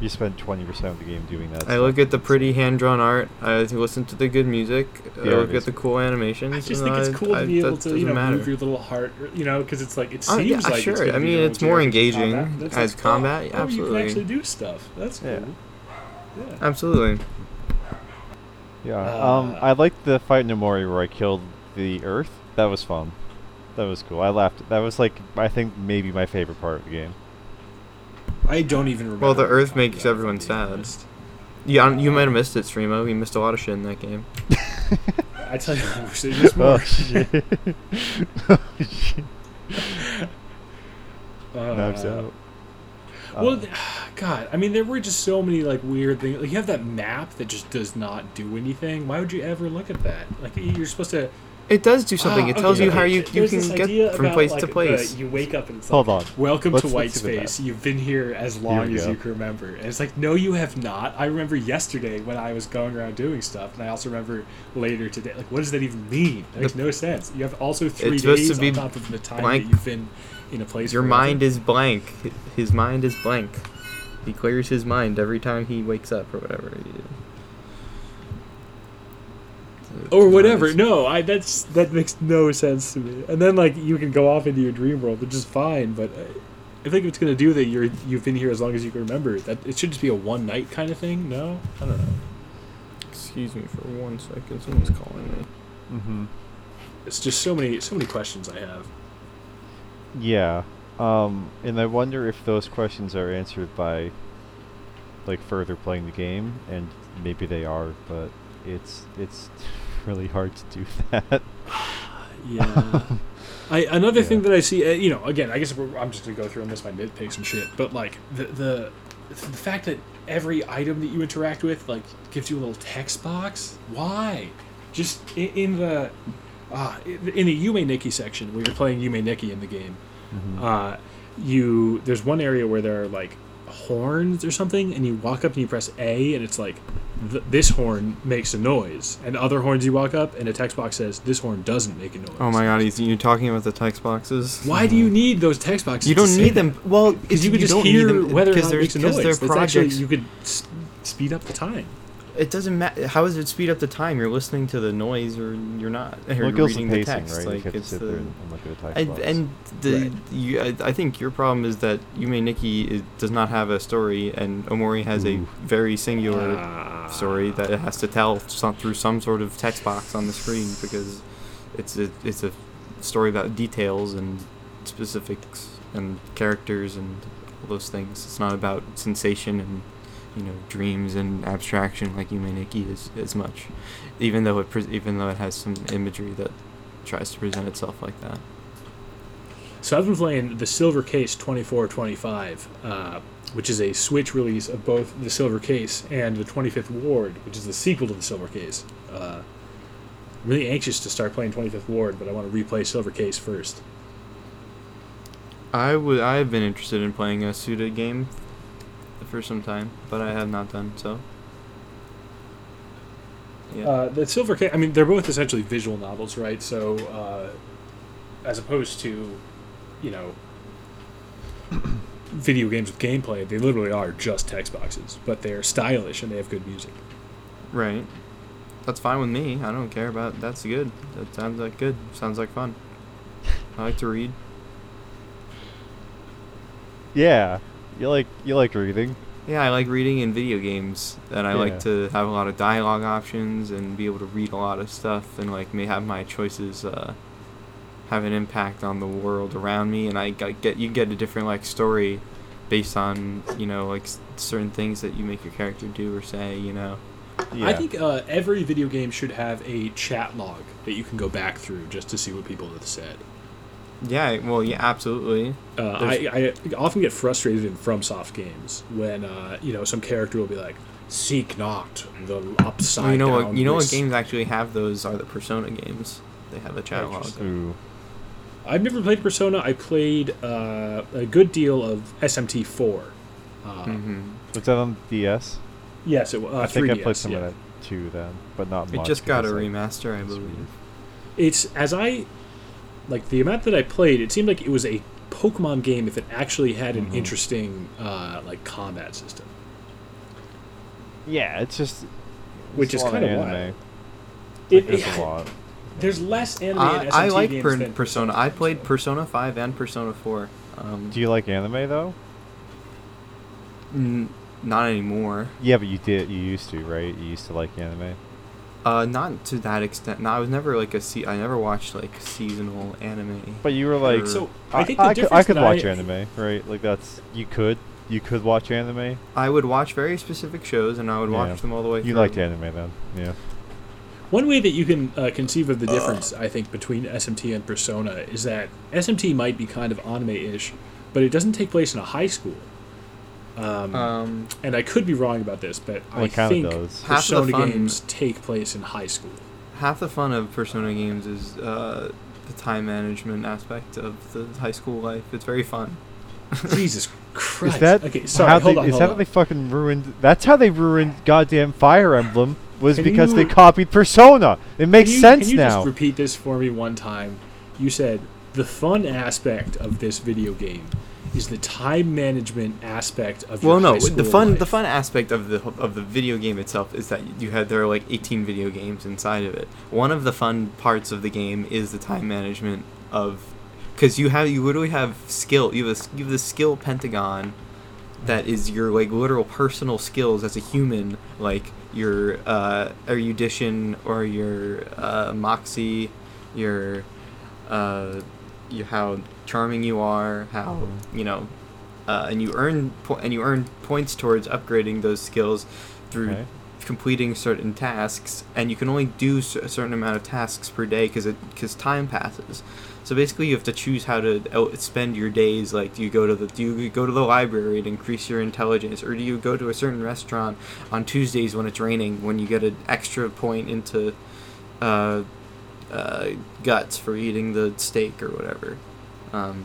[SPEAKER 1] you spend twenty percent of the game doing that.
[SPEAKER 3] I
[SPEAKER 1] stuff.
[SPEAKER 3] look at the pretty hand drawn art. I listen to the good music. I
[SPEAKER 1] Yeah,
[SPEAKER 3] look
[SPEAKER 1] it
[SPEAKER 3] at
[SPEAKER 1] is.
[SPEAKER 3] the cool animations.
[SPEAKER 2] I just
[SPEAKER 3] and
[SPEAKER 2] think it's
[SPEAKER 3] I-
[SPEAKER 2] cool
[SPEAKER 3] I-
[SPEAKER 2] to be
[SPEAKER 3] that
[SPEAKER 2] able to you
[SPEAKER 3] doesn't
[SPEAKER 2] know
[SPEAKER 3] matter.
[SPEAKER 2] move your little heart, or- you know, because it's like it seems
[SPEAKER 3] Oh, yeah,
[SPEAKER 2] like
[SPEAKER 3] sure.
[SPEAKER 2] It's gonna
[SPEAKER 3] I
[SPEAKER 2] be
[SPEAKER 3] mean,
[SPEAKER 2] your
[SPEAKER 3] it's
[SPEAKER 2] own
[SPEAKER 3] more
[SPEAKER 2] journey to
[SPEAKER 3] engaging
[SPEAKER 2] combat. That's
[SPEAKER 3] as
[SPEAKER 2] like, oh,
[SPEAKER 3] combat,
[SPEAKER 2] oh, you can
[SPEAKER 3] absolutely.
[SPEAKER 2] actually do stuff. That's cool.
[SPEAKER 1] Yeah.
[SPEAKER 2] yeah.
[SPEAKER 3] Absolutely.
[SPEAKER 1] Yeah. um,
[SPEAKER 2] Uh,
[SPEAKER 1] I liked the fight in Nomori where I killed the Earth. That was fun. That was cool. I laughed. That was like I think maybe my favorite part of the game.
[SPEAKER 2] I don't even remember.
[SPEAKER 3] Well, the
[SPEAKER 2] what we're
[SPEAKER 3] Earth
[SPEAKER 2] talking
[SPEAKER 3] makes
[SPEAKER 2] about,
[SPEAKER 3] everyone
[SPEAKER 2] if I'm being
[SPEAKER 3] sad.
[SPEAKER 2] honest.
[SPEAKER 3] Yeah, I don't- you might have missed it, Streamo. You missed a lot of shit in that game.
[SPEAKER 2] I tell you, I wish there was more.
[SPEAKER 1] Oh shit! oh shit!
[SPEAKER 2] Uh,
[SPEAKER 1] Knives out.
[SPEAKER 2] Well,
[SPEAKER 1] Uh,
[SPEAKER 2] th- God, I mean, there were just so many like weird things. Like, you have that map that just does not do anything. Why would you ever look at that? Like, y- you're supposed to.
[SPEAKER 3] It does do something.
[SPEAKER 2] Ah,
[SPEAKER 3] it tells
[SPEAKER 2] okay,
[SPEAKER 3] you how
[SPEAKER 2] okay.
[SPEAKER 3] you, you
[SPEAKER 2] There's
[SPEAKER 3] can
[SPEAKER 2] this idea
[SPEAKER 3] get from
[SPEAKER 2] about,
[SPEAKER 3] place
[SPEAKER 2] like,
[SPEAKER 3] to
[SPEAKER 2] the-
[SPEAKER 3] place.
[SPEAKER 2] you wake up and it's
[SPEAKER 1] Hold
[SPEAKER 2] like,
[SPEAKER 1] on.
[SPEAKER 2] Welcome
[SPEAKER 1] Let's-
[SPEAKER 2] to White
[SPEAKER 1] let's do the map.
[SPEAKER 2] Space. You've been here as
[SPEAKER 1] Here
[SPEAKER 2] long
[SPEAKER 1] we
[SPEAKER 2] as
[SPEAKER 1] go.
[SPEAKER 2] you can remember. And it's like, no, you have not. I remember yesterday when I was going around doing stuff, and I also remember later today. Like, what does that even mean? That makes no sense. You have also three
[SPEAKER 3] It's supposed
[SPEAKER 2] days
[SPEAKER 3] to be
[SPEAKER 2] on top of the time
[SPEAKER 3] blank.
[SPEAKER 2] that you've been in a place.
[SPEAKER 3] Your
[SPEAKER 2] forever.
[SPEAKER 3] mind is blank. H- His mind is blank. He clears his mind every time he wakes up or whatever.
[SPEAKER 2] or whatever. No, I that's that makes no sense to me. And then like you can go off into your dream world, which is fine. But I, I think if it's gonna do that, you're you've been here as long as you can remember. That it should just be a one night kind of thing. No, I don't know.
[SPEAKER 3] Excuse me for one second. Someone's calling me.
[SPEAKER 1] hmm
[SPEAKER 2] It's just so many so many questions I have.
[SPEAKER 1] Yeah. Um, and I wonder if those questions are answered by like further playing the game, and maybe they are, but it's it's really hard to do that.
[SPEAKER 2] Yeah. I, another
[SPEAKER 1] Yeah.
[SPEAKER 2] thing that I see, uh, you know, again, I guess we're, I'm just gonna go through and list my nitpicks and shit. But like the the the fact that every item that you interact with like gives you a little text box. Why? Just in, in the uh, in the Yume Nikki section where you're playing Yume Nikki in the game,
[SPEAKER 1] Mm-hmm.
[SPEAKER 3] Mm-hmm.
[SPEAKER 2] uh, you there's one area where there are like horns or something, and you walk up and you press A, and it's like th- this horn makes a noise, and other horns you walk up, and a text box says this horn doesn't make a noise.
[SPEAKER 3] Oh my god, he's, you're talking about the text boxes.
[SPEAKER 2] Why do you need those text boxes?
[SPEAKER 3] You
[SPEAKER 2] to
[SPEAKER 3] don't
[SPEAKER 2] say
[SPEAKER 3] need
[SPEAKER 2] that?
[SPEAKER 3] them. Well,
[SPEAKER 2] because you could just
[SPEAKER 3] don't
[SPEAKER 2] hear
[SPEAKER 3] need them
[SPEAKER 2] whether or
[SPEAKER 3] because
[SPEAKER 2] not it
[SPEAKER 3] they're,
[SPEAKER 2] makes a
[SPEAKER 3] because
[SPEAKER 2] noise.
[SPEAKER 3] they're
[SPEAKER 2] That's actually
[SPEAKER 3] projects.
[SPEAKER 2] you could s- speed up the time.
[SPEAKER 3] It doesn't matter. How does it speed up the time? You're listening to the noise, or you're not. Or
[SPEAKER 1] Well,
[SPEAKER 3] you're
[SPEAKER 1] it goes
[SPEAKER 3] reading
[SPEAKER 1] to
[SPEAKER 3] the
[SPEAKER 1] pacing,
[SPEAKER 3] text.
[SPEAKER 1] right? you
[SPEAKER 3] Like
[SPEAKER 1] have to
[SPEAKER 3] it's
[SPEAKER 1] sit
[SPEAKER 3] the
[SPEAKER 1] there and and look at the text
[SPEAKER 3] I,
[SPEAKER 1] box.
[SPEAKER 3] and the
[SPEAKER 2] Right.
[SPEAKER 3] you, I, I think your problem is that Yume Nikki is, does not have a story, and Omori has
[SPEAKER 1] Ooh.
[SPEAKER 3] a very singular
[SPEAKER 2] Ah.
[SPEAKER 3] story that it has to tell some, through some sort of text box on the screen because it's a, it's a story about details and specifics and characters and all those things. It's not about sensation and you know dreams and abstraction like Yume Nikki is as much, even though it pres even though it has some imagery that tries to present itself like that.
[SPEAKER 2] So I've been playing the Silver Case 2425, uh, which is a Switch release of both the Silver Case and the 25th Ward, which is the sequel to the Silver Case. Uh, I'm really anxious to start playing 25th Ward, but I want to replay Silver Case first.
[SPEAKER 3] I would. I have been interested in playing a Suda game for some time, but I have not done so. Yeah.
[SPEAKER 2] Uh, the Silver Case, I mean, they're both essentially visual novels, right? So, uh, as opposed to, you know, video games with gameplay, they literally are just text boxes, but they're stylish and they have good music.
[SPEAKER 3] right. That's fine with me. I don't care about. That's good. That sounds like good. Sounds like fun. I like to read.
[SPEAKER 1] Yeah, you like you like reading.
[SPEAKER 3] Yeah, I like reading in video games, and I
[SPEAKER 1] Yeah.
[SPEAKER 3] like to have a lot of dialogue options and be able to read a lot of stuff, and like may have my choices uh, have an impact on the world around me, and I g- get you get a different like story based on you know like s- certain things that you make your character do or say, you know.
[SPEAKER 1] Yeah.
[SPEAKER 2] I think uh, every video game should have a chat log that you can go back through just to see what people have said.
[SPEAKER 3] Yeah, well, yeah, absolutely.
[SPEAKER 2] Uh, I, I often get frustrated in FromSoft games when uh, you know some character will be like, "Seek not the upside
[SPEAKER 3] Well, you know what?
[SPEAKER 2] down
[SPEAKER 3] You know what
[SPEAKER 2] wrist."
[SPEAKER 3] games actually have those are the Persona games. They have a chat log.
[SPEAKER 2] Interesting.
[SPEAKER 1] Ooh.
[SPEAKER 2] I've never played Persona. I played uh, a good deal of SMT four. Uh,
[SPEAKER 3] hmm
[SPEAKER 1] Was that on DS?
[SPEAKER 2] Yes, it was. Uh,
[SPEAKER 1] Mm-hmm. I think
[SPEAKER 2] 3DS,
[SPEAKER 1] I played some
[SPEAKER 2] yeah.
[SPEAKER 1] of that too then, but not
[SPEAKER 3] It
[SPEAKER 1] much.
[SPEAKER 3] just got a
[SPEAKER 1] because, like,
[SPEAKER 3] remaster, I
[SPEAKER 1] it's
[SPEAKER 3] believe.
[SPEAKER 2] It's as I like the amount that I played. It seemed like it was a Pokemon game if it actually had an
[SPEAKER 1] Mhm.
[SPEAKER 2] interesting uh, like combat system,
[SPEAKER 1] Yeah, it's just
[SPEAKER 2] which
[SPEAKER 1] it's
[SPEAKER 2] is
[SPEAKER 1] a lot
[SPEAKER 2] kind of
[SPEAKER 1] anime.
[SPEAKER 2] wild.
[SPEAKER 1] Like,
[SPEAKER 2] It,
[SPEAKER 1] there's
[SPEAKER 2] it-
[SPEAKER 1] a lot.
[SPEAKER 2] There's less anime.
[SPEAKER 3] I,
[SPEAKER 2] in SMT
[SPEAKER 3] I like
[SPEAKER 2] games
[SPEAKER 3] per-
[SPEAKER 2] than
[SPEAKER 3] Persona. I
[SPEAKER 2] games,
[SPEAKER 3] played
[SPEAKER 2] though.
[SPEAKER 3] Persona 5 and Persona 4. Um,
[SPEAKER 1] Do you like anime though?
[SPEAKER 3] n- not anymore.
[SPEAKER 1] Yeah, but you did. You used to, right? You used to like anime.
[SPEAKER 3] Uh, not to that extent. No, I was never like a se- I never watched like seasonal anime.
[SPEAKER 1] But you were like,
[SPEAKER 2] So
[SPEAKER 1] I,
[SPEAKER 2] I think the
[SPEAKER 1] I could, I
[SPEAKER 2] difference
[SPEAKER 1] could
[SPEAKER 2] that
[SPEAKER 1] watch
[SPEAKER 2] I-
[SPEAKER 1] anime, right? Like that's you could, you could watch anime.
[SPEAKER 3] I would watch very specific shows and I would watch
[SPEAKER 1] Yeah.
[SPEAKER 3] them all the way.
[SPEAKER 1] You
[SPEAKER 3] through.
[SPEAKER 1] liked anime then, yeah.
[SPEAKER 2] One way that you can uh, conceive of the difference, I think, between SMT and Persona is that SMT might be kind of anime-ish, but it doesn't take place in a high school. Um,
[SPEAKER 3] Um,
[SPEAKER 2] and I could be wrong about this, but
[SPEAKER 1] Well,
[SPEAKER 2] I
[SPEAKER 1] it kinda
[SPEAKER 2] think
[SPEAKER 1] does.
[SPEAKER 3] Half of
[SPEAKER 2] Persona
[SPEAKER 3] the fun-
[SPEAKER 2] games take place in high school.
[SPEAKER 3] half the fun of Persona games is uh, the time management aspect of the high school life. It's very fun.
[SPEAKER 2] Jesus Christ!
[SPEAKER 1] Is that
[SPEAKER 2] okay? Sorry,
[SPEAKER 1] how
[SPEAKER 2] hold
[SPEAKER 1] they,
[SPEAKER 2] on.
[SPEAKER 1] is
[SPEAKER 2] hold
[SPEAKER 1] that how
[SPEAKER 2] on.
[SPEAKER 1] they fucking ruined? That's how they ruined goddamn Fire Emblem was
[SPEAKER 2] Can
[SPEAKER 1] because they
[SPEAKER 2] you-
[SPEAKER 1] copied Persona. It makes
[SPEAKER 2] Can you,
[SPEAKER 1] sense
[SPEAKER 2] can you
[SPEAKER 1] now.
[SPEAKER 2] just repeat this for me one time? You said the fun aspect of this video game is the time management aspect of your
[SPEAKER 3] Well, no,
[SPEAKER 2] high
[SPEAKER 3] the
[SPEAKER 2] school
[SPEAKER 3] fun
[SPEAKER 2] life.
[SPEAKER 3] the fun aspect of the of the video game itself is that you had there are like 18 video games inside of it. One of the fun parts of the game is the time management of because you have you literally have skill you have a, you have the skill pentagon that is your like literal personal skills as a human like your uh, erudition or your uh, moxie your uh, you how charming you are how you know uh, and you earn po- and you earn points towards upgrading those skills through
[SPEAKER 1] Okay.
[SPEAKER 3] completing certain tasks and you can only do s- a certain amount of tasks per day because because time passes so basically you have to choose how to out- spend your days like do you go to the do you go to the library to increase your intelligence or do you go to a certain restaurant on tuesdays when it's raining when you get an extra point into uh, uh, guts for eating the steak or whatever um,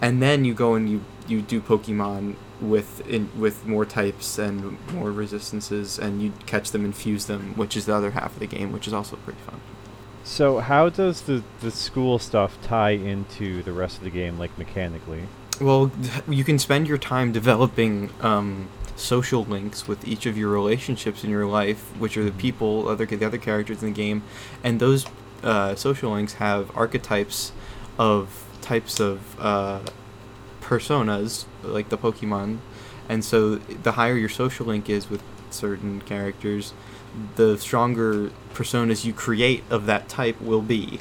[SPEAKER 3] and then you go and you you do Pokemon with in with more types and more resistances, and you catch them and fuse them, which is the other half of the game, which is also pretty fun.
[SPEAKER 1] so how does the the school stuff tie into the rest of the game, like mechanically?
[SPEAKER 3] Well, you can spend your time developing um, social links with each of your relationships in your life, which are the people, other the other characters in the game, and those uh, social links have archetypes of types of uh, personas, like the Pokemon, and so the higher your social link is with certain characters, the stronger personas you create of that type will be.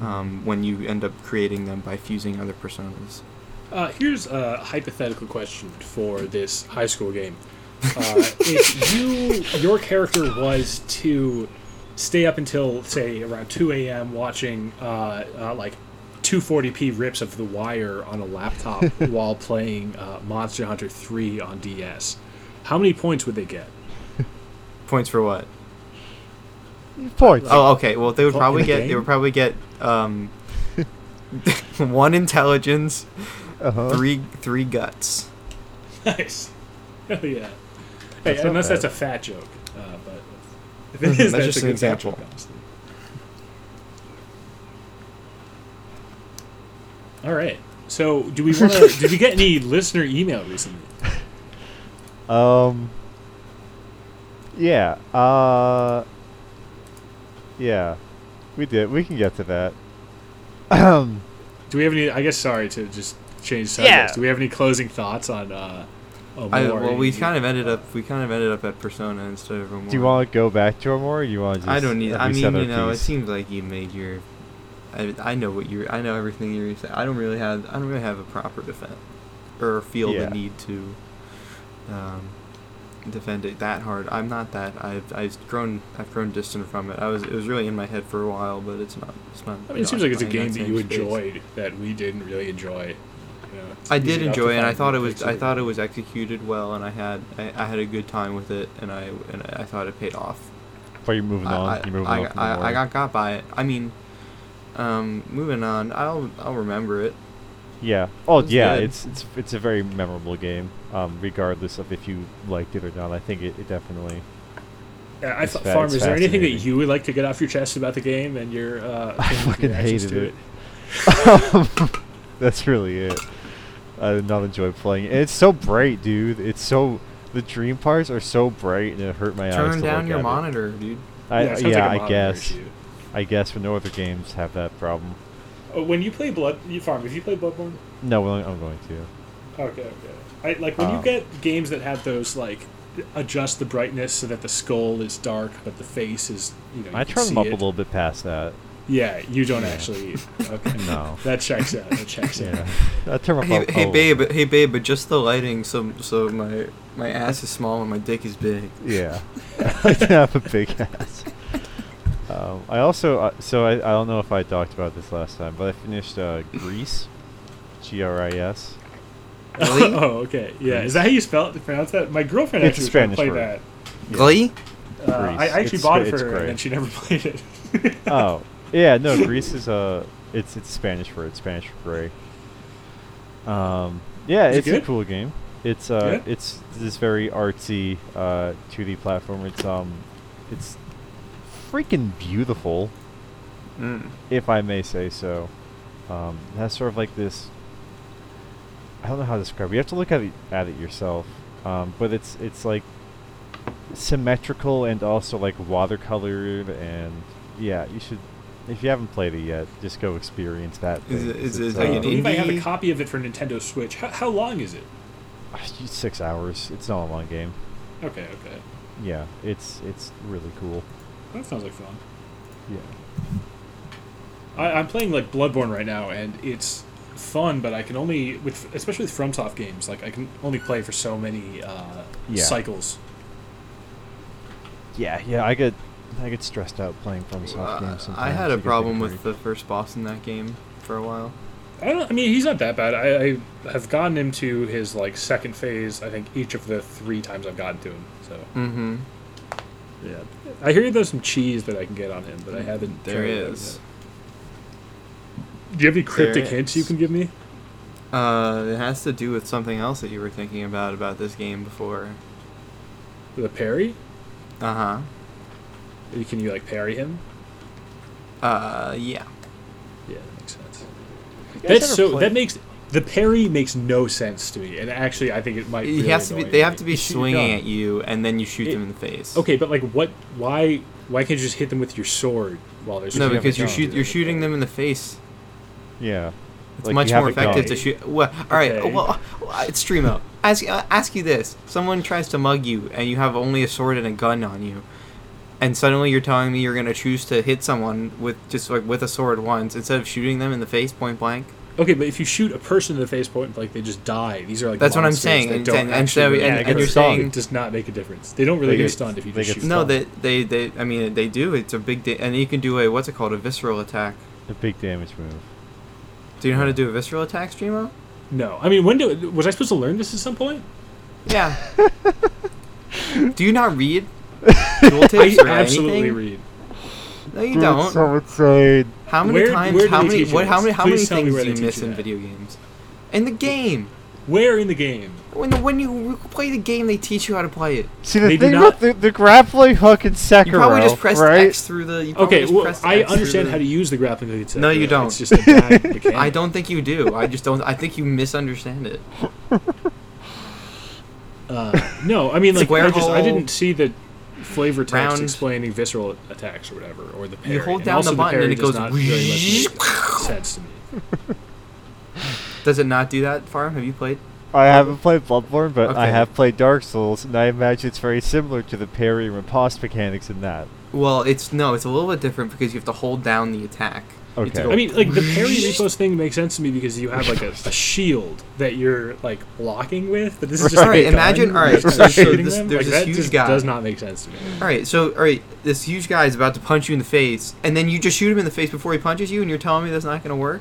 [SPEAKER 3] Um, when you end up creating them by fusing other personas.
[SPEAKER 2] Uh, here's a hypothetical question for this high school game. Uh, if you your character was to stay up until say around 2 a.m. watching uh, uh, like 240p rips of The Wire on a laptop while playing uh, Monster Hunter 3 on DS, how many points would they get?
[SPEAKER 3] Points for what?
[SPEAKER 1] Points.
[SPEAKER 3] Oh, okay. Well, they would
[SPEAKER 2] Oh, in
[SPEAKER 3] probably
[SPEAKER 2] the
[SPEAKER 3] get. They
[SPEAKER 2] game?
[SPEAKER 3] would probably get um, one intelligence,
[SPEAKER 1] Uh-huh.
[SPEAKER 3] three three guts.
[SPEAKER 2] Nice. Hell Oh, yeah. Hey,
[SPEAKER 1] That's not
[SPEAKER 2] unless
[SPEAKER 1] bad.
[SPEAKER 2] that's a fat joke. Uh, but if it is,
[SPEAKER 3] Hmm, That's
[SPEAKER 2] that's,
[SPEAKER 3] just
[SPEAKER 2] a
[SPEAKER 3] an
[SPEAKER 2] good fat
[SPEAKER 3] example.
[SPEAKER 2] joke, honestly. All right. So, do we want to? did we get any listener email recently?
[SPEAKER 1] Um. Yeah. Uh. Yeah, we did. We can get to that. Um.
[SPEAKER 2] Do we have any? I guess sorry to just change subjects.
[SPEAKER 1] Yeah.
[SPEAKER 2] Do we have any closing thoughts on? uh on
[SPEAKER 3] I,
[SPEAKER 2] Maury?
[SPEAKER 3] well, we kind of ended up. We kind of ended up at Persona instead of Remora.
[SPEAKER 1] Do you want to go back to more? Or you want to? Just
[SPEAKER 3] I don't need.
[SPEAKER 1] have
[SPEAKER 3] I
[SPEAKER 1] you
[SPEAKER 3] mean,
[SPEAKER 1] said our
[SPEAKER 3] you know, it
[SPEAKER 1] piece?
[SPEAKER 3] seems like you made your. I, I know what you're. I know everything you're saying. I don't really have. I don't really have a proper defense, or feel
[SPEAKER 1] Yeah.
[SPEAKER 3] the need to. Um, defend it that hard. I'm not that. I've I've grown. I've grown distant from it. I was. It was really in my head for a while, but it's not. It's not.
[SPEAKER 2] I mean, it seems like it's a game that you
[SPEAKER 3] enjoy.
[SPEAKER 2] enjoyed that we didn't really enjoy. You know, it's
[SPEAKER 3] I
[SPEAKER 2] easy
[SPEAKER 3] did
[SPEAKER 2] enough to
[SPEAKER 3] enjoy it. and I
[SPEAKER 2] find
[SPEAKER 3] thought it
[SPEAKER 2] good
[SPEAKER 3] was.
[SPEAKER 2] things
[SPEAKER 3] I
[SPEAKER 2] to
[SPEAKER 3] thought it was executed well, and I had. I, I had a good time with it, and I and I thought it paid off.
[SPEAKER 1] Before you're moving on,
[SPEAKER 3] I,
[SPEAKER 1] you're moving
[SPEAKER 3] I,
[SPEAKER 1] on. From
[SPEAKER 3] I, I
[SPEAKER 1] Maury.
[SPEAKER 3] got got by it. I mean, um, moving on. I'll I'll remember it.
[SPEAKER 1] Yeah. Oh,
[SPEAKER 3] was
[SPEAKER 1] yeah.
[SPEAKER 3] good.
[SPEAKER 1] It's it's it's a very memorable game, um, regardless of if you liked it or not. I think it, it definitely.
[SPEAKER 2] Yeah, I
[SPEAKER 1] It's
[SPEAKER 2] thought,
[SPEAKER 1] fa-
[SPEAKER 2] Farm,
[SPEAKER 1] it's
[SPEAKER 2] is there anything that
[SPEAKER 1] fascinating.
[SPEAKER 2] you would like to get off your chest about the game and your? Uh,
[SPEAKER 1] I
[SPEAKER 2] your
[SPEAKER 1] fucking
[SPEAKER 2] reactions
[SPEAKER 1] hated
[SPEAKER 2] to
[SPEAKER 1] it. That's really it. I did not enjoy playing it. And it's so bright, dude. It's so the dream parts are so bright, and it hurt my eyes.
[SPEAKER 3] Turn
[SPEAKER 1] to
[SPEAKER 3] down
[SPEAKER 1] look
[SPEAKER 3] your
[SPEAKER 1] at it.
[SPEAKER 3] monitor, dude.
[SPEAKER 1] I,
[SPEAKER 2] it
[SPEAKER 1] yeah,
[SPEAKER 2] sounds like a
[SPEAKER 1] I
[SPEAKER 2] monitor
[SPEAKER 1] guess.
[SPEAKER 2] issue.
[SPEAKER 1] I guess, but no other games have that problem.
[SPEAKER 2] Uh, When you play Blood, you Farm, if you play Bloodborne,
[SPEAKER 1] No, well, I'm going to.
[SPEAKER 2] okay, okay. I, like when
[SPEAKER 1] Uh,
[SPEAKER 2] you get games that have those like adjust the brightness so that the skull is dark but the face is you know you
[SPEAKER 1] I
[SPEAKER 2] can
[SPEAKER 1] turned them
[SPEAKER 2] see
[SPEAKER 1] up
[SPEAKER 2] it.
[SPEAKER 1] a little bit past that.
[SPEAKER 2] Yeah, you don't
[SPEAKER 1] Yeah.
[SPEAKER 2] actually. Okay.
[SPEAKER 1] No.
[SPEAKER 2] That checks out. That checks
[SPEAKER 1] yeah.
[SPEAKER 2] out.
[SPEAKER 1] I turned 'em
[SPEAKER 3] Hey,
[SPEAKER 1] up.
[SPEAKER 3] hey
[SPEAKER 1] oh,
[SPEAKER 3] babe, hey babe, but just the lighting. So so my my ass is small and my dick is big.
[SPEAKER 1] Yeah, I have a big ass. Um, I also uh, so I, I don't know if I talked about this last time, but I finished uh, Greece, G R I S.
[SPEAKER 3] Really?
[SPEAKER 2] oh, okay. Yeah, is that how you spell it, pronounce that? My girlfriend
[SPEAKER 1] It's a
[SPEAKER 2] actually tried to play
[SPEAKER 1] Spanish word.
[SPEAKER 2] that.
[SPEAKER 3] Glee?
[SPEAKER 2] Uh, I
[SPEAKER 1] Grease.
[SPEAKER 2] I actually
[SPEAKER 1] It's sp-
[SPEAKER 2] bought it for
[SPEAKER 1] it's
[SPEAKER 2] her,
[SPEAKER 1] great.
[SPEAKER 2] and then she never played it.
[SPEAKER 1] Oh yeah, no, Greece is a it's it's Spanish for it, Spanish for gray. Um, yeah,
[SPEAKER 2] Is it
[SPEAKER 1] it's a
[SPEAKER 2] good?
[SPEAKER 1] cool game. It's uh,
[SPEAKER 2] Yeah?
[SPEAKER 1] it's this very artsy uh 2D platformer. It's um, it's freaking beautiful.
[SPEAKER 3] Mm.
[SPEAKER 1] if I may say so. Um, that's sort of like this. I don't know how to describe. it. You have to look at it, at it yourself. Um, but it's it's like symmetrical and also like watercolored and yeah. You should if you haven't played it yet, just go experience that.
[SPEAKER 3] Is
[SPEAKER 1] thing,
[SPEAKER 3] it-
[SPEAKER 1] 'cause
[SPEAKER 3] is
[SPEAKER 1] it's,
[SPEAKER 3] it like
[SPEAKER 2] I
[SPEAKER 3] an
[SPEAKER 1] um,
[SPEAKER 2] believe I have a
[SPEAKER 3] Indie-
[SPEAKER 2] copy of it for Nintendo Switch. How, how long is it?
[SPEAKER 1] six hours? It's not a long game.
[SPEAKER 2] Okay, okay.
[SPEAKER 1] Yeah, it's it's really cool.
[SPEAKER 2] That sounds like fun.
[SPEAKER 1] Yeah.
[SPEAKER 2] I, I'm playing like Bloodborne right now, and it's fun, but I can only, with especially with FromSoft games, like I can only play for so many uh,
[SPEAKER 1] Yeah.
[SPEAKER 2] cycles.
[SPEAKER 1] Yeah, yeah. I get I get stressed out playing from soft games.
[SPEAKER 3] Uh,
[SPEAKER 1] Sometimes.
[SPEAKER 3] I had
[SPEAKER 1] to
[SPEAKER 3] a
[SPEAKER 1] get
[SPEAKER 3] problem
[SPEAKER 1] big
[SPEAKER 3] with the first boss in that game for a while.
[SPEAKER 2] I don't. I mean, he's not that bad. I, I have gotten him to his like second phase. I think each of the three times I've gotten to him. So
[SPEAKER 3] Mm-hmm.
[SPEAKER 2] yeah, I hear there's some cheese that I can get on him, but I haven't.
[SPEAKER 3] There
[SPEAKER 2] tried that
[SPEAKER 3] is.
[SPEAKER 2] yet. Do you have any cryptic
[SPEAKER 3] There
[SPEAKER 2] hints
[SPEAKER 3] is.
[SPEAKER 2] you can give me?
[SPEAKER 3] Uh, it has to do with something else that you were thinking about about this game before.
[SPEAKER 2] With a parry,
[SPEAKER 3] Uh huh.
[SPEAKER 2] You- can you like parry him?
[SPEAKER 3] Uh, yeah.
[SPEAKER 2] Yeah, that makes sense.
[SPEAKER 1] guys
[SPEAKER 2] That's
[SPEAKER 1] ever
[SPEAKER 2] so.
[SPEAKER 1] play-
[SPEAKER 2] That makes the parry makes no sense to me, and actually, I think it might.
[SPEAKER 3] He
[SPEAKER 2] really
[SPEAKER 3] has to be.
[SPEAKER 2] annoy
[SPEAKER 3] They have
[SPEAKER 2] me.
[SPEAKER 3] to be
[SPEAKER 1] You shoot your
[SPEAKER 3] swinging
[SPEAKER 1] gun.
[SPEAKER 3] at you, and then you shoot
[SPEAKER 2] It-
[SPEAKER 3] them in the face.
[SPEAKER 2] Okay, but like, what? Why? Why can't you just hit them with your sword while they're?
[SPEAKER 3] No,
[SPEAKER 2] shooting?
[SPEAKER 3] because you
[SPEAKER 1] gun.
[SPEAKER 3] shoot. You're shooting them in the face.
[SPEAKER 1] Yeah.
[SPEAKER 3] It's
[SPEAKER 1] Like,
[SPEAKER 3] much
[SPEAKER 1] you have
[SPEAKER 3] more
[SPEAKER 1] a gun.
[SPEAKER 3] effective to shoot. Well, all right.
[SPEAKER 2] Okay.
[SPEAKER 3] Well, well, it's Streamo. Ask uh, ask you this: Someone tries to mug you, and you have only a sword and a gun on you, and suddenly you're telling me you're gonna choose to hit someone with just like with a sword once instead of shooting them in the face point blank.
[SPEAKER 2] Okay, but if you shoot a person in the face point, like they just die. These are like
[SPEAKER 3] That's what I'm
[SPEAKER 2] monsters
[SPEAKER 3] saying,
[SPEAKER 2] that
[SPEAKER 3] and-
[SPEAKER 2] don't
[SPEAKER 3] and- and
[SPEAKER 2] actually
[SPEAKER 3] so-
[SPEAKER 2] really
[SPEAKER 1] and-
[SPEAKER 2] get
[SPEAKER 1] and you're
[SPEAKER 2] hurt.
[SPEAKER 1] saying-
[SPEAKER 2] it does not make a difference. They don't
[SPEAKER 1] They
[SPEAKER 2] really get,
[SPEAKER 1] get-
[SPEAKER 2] stunned if you
[SPEAKER 1] they
[SPEAKER 2] just
[SPEAKER 1] get
[SPEAKER 2] shoot.
[SPEAKER 3] No,
[SPEAKER 1] Stop.
[SPEAKER 3] they, they they I mean they do. It's a big da- and you can do a what's it called a visceral attack.
[SPEAKER 1] A big damage move.
[SPEAKER 3] Do you know how to do a visceral attack, Streamo?
[SPEAKER 2] No, I mean, when do was I supposed to learn this at some point?
[SPEAKER 3] Yeah. do you not read? Dual
[SPEAKER 2] I
[SPEAKER 3] tips or
[SPEAKER 2] absolutely
[SPEAKER 3] anything?
[SPEAKER 2] read.
[SPEAKER 3] No, you don't.
[SPEAKER 1] so insane.
[SPEAKER 3] How many
[SPEAKER 2] Where-
[SPEAKER 3] times?
[SPEAKER 2] where do
[SPEAKER 3] how
[SPEAKER 2] they
[SPEAKER 3] many?
[SPEAKER 2] teach you
[SPEAKER 3] What? How
[SPEAKER 2] this?
[SPEAKER 3] many? How
[SPEAKER 2] Please
[SPEAKER 3] many
[SPEAKER 2] tell me
[SPEAKER 3] things
[SPEAKER 2] where
[SPEAKER 3] do you
[SPEAKER 2] they teach
[SPEAKER 3] miss
[SPEAKER 2] you
[SPEAKER 3] in
[SPEAKER 2] that.
[SPEAKER 3] video games? In the game,
[SPEAKER 2] Where in the game?
[SPEAKER 3] when when you play the game, they teach you how to play it.
[SPEAKER 1] See the
[SPEAKER 2] They do
[SPEAKER 1] thing
[SPEAKER 2] not-
[SPEAKER 1] about the, the grappling hook in Sekiro,
[SPEAKER 3] You probably just pressed
[SPEAKER 1] right?
[SPEAKER 3] X through the. You probably
[SPEAKER 2] Okay,
[SPEAKER 3] just
[SPEAKER 2] well,
[SPEAKER 3] pressed
[SPEAKER 2] I
[SPEAKER 3] X through
[SPEAKER 2] understand
[SPEAKER 3] the-
[SPEAKER 2] how to use the grappling hook.
[SPEAKER 3] No, you don't.
[SPEAKER 2] It's just a bad mechanic.
[SPEAKER 3] I don't think you do. I just don't. I think you misunderstand it.
[SPEAKER 2] Uh, no, I mean, like,
[SPEAKER 3] Square
[SPEAKER 2] I, just, I
[SPEAKER 3] hole,
[SPEAKER 2] didn't see the flavor text
[SPEAKER 3] round.
[SPEAKER 2] explaining visceral attacks or whatever, or the parry.
[SPEAKER 3] hold
[SPEAKER 2] And
[SPEAKER 3] down
[SPEAKER 2] also
[SPEAKER 3] the button
[SPEAKER 2] parry
[SPEAKER 3] and it
[SPEAKER 2] does
[SPEAKER 3] goes
[SPEAKER 2] not really much make sense to me.
[SPEAKER 3] Does it not do that, Farm? Have you played?
[SPEAKER 1] I haven't played Bloodborne, but I
[SPEAKER 3] Okay.
[SPEAKER 1] have played Dark Souls, and I imagine it's very similar to the parry and riposte mechanics in that.
[SPEAKER 3] Well, it's no. It's a little bit different because you have to hold down the attack. You have to
[SPEAKER 1] Okay.
[SPEAKER 3] go-
[SPEAKER 2] I mean, like the parry repost thing makes sense to me because you have like a, a shield that you're like blocking with, but this is just like,
[SPEAKER 3] Alright,
[SPEAKER 2] a
[SPEAKER 3] imagine-
[SPEAKER 2] gun
[SPEAKER 3] alright,
[SPEAKER 2] that's
[SPEAKER 3] so-
[SPEAKER 2] just
[SPEAKER 3] so
[SPEAKER 2] shooting
[SPEAKER 3] this-
[SPEAKER 2] them. Like,
[SPEAKER 3] there's this
[SPEAKER 2] that
[SPEAKER 3] huge
[SPEAKER 2] just
[SPEAKER 3] guy.
[SPEAKER 2] does not make sense to me.
[SPEAKER 3] all right. So, all right. This huge guy is about to punch you in the face, and then you just shoot him in the face before he punches you, and you're telling me that's not going to work?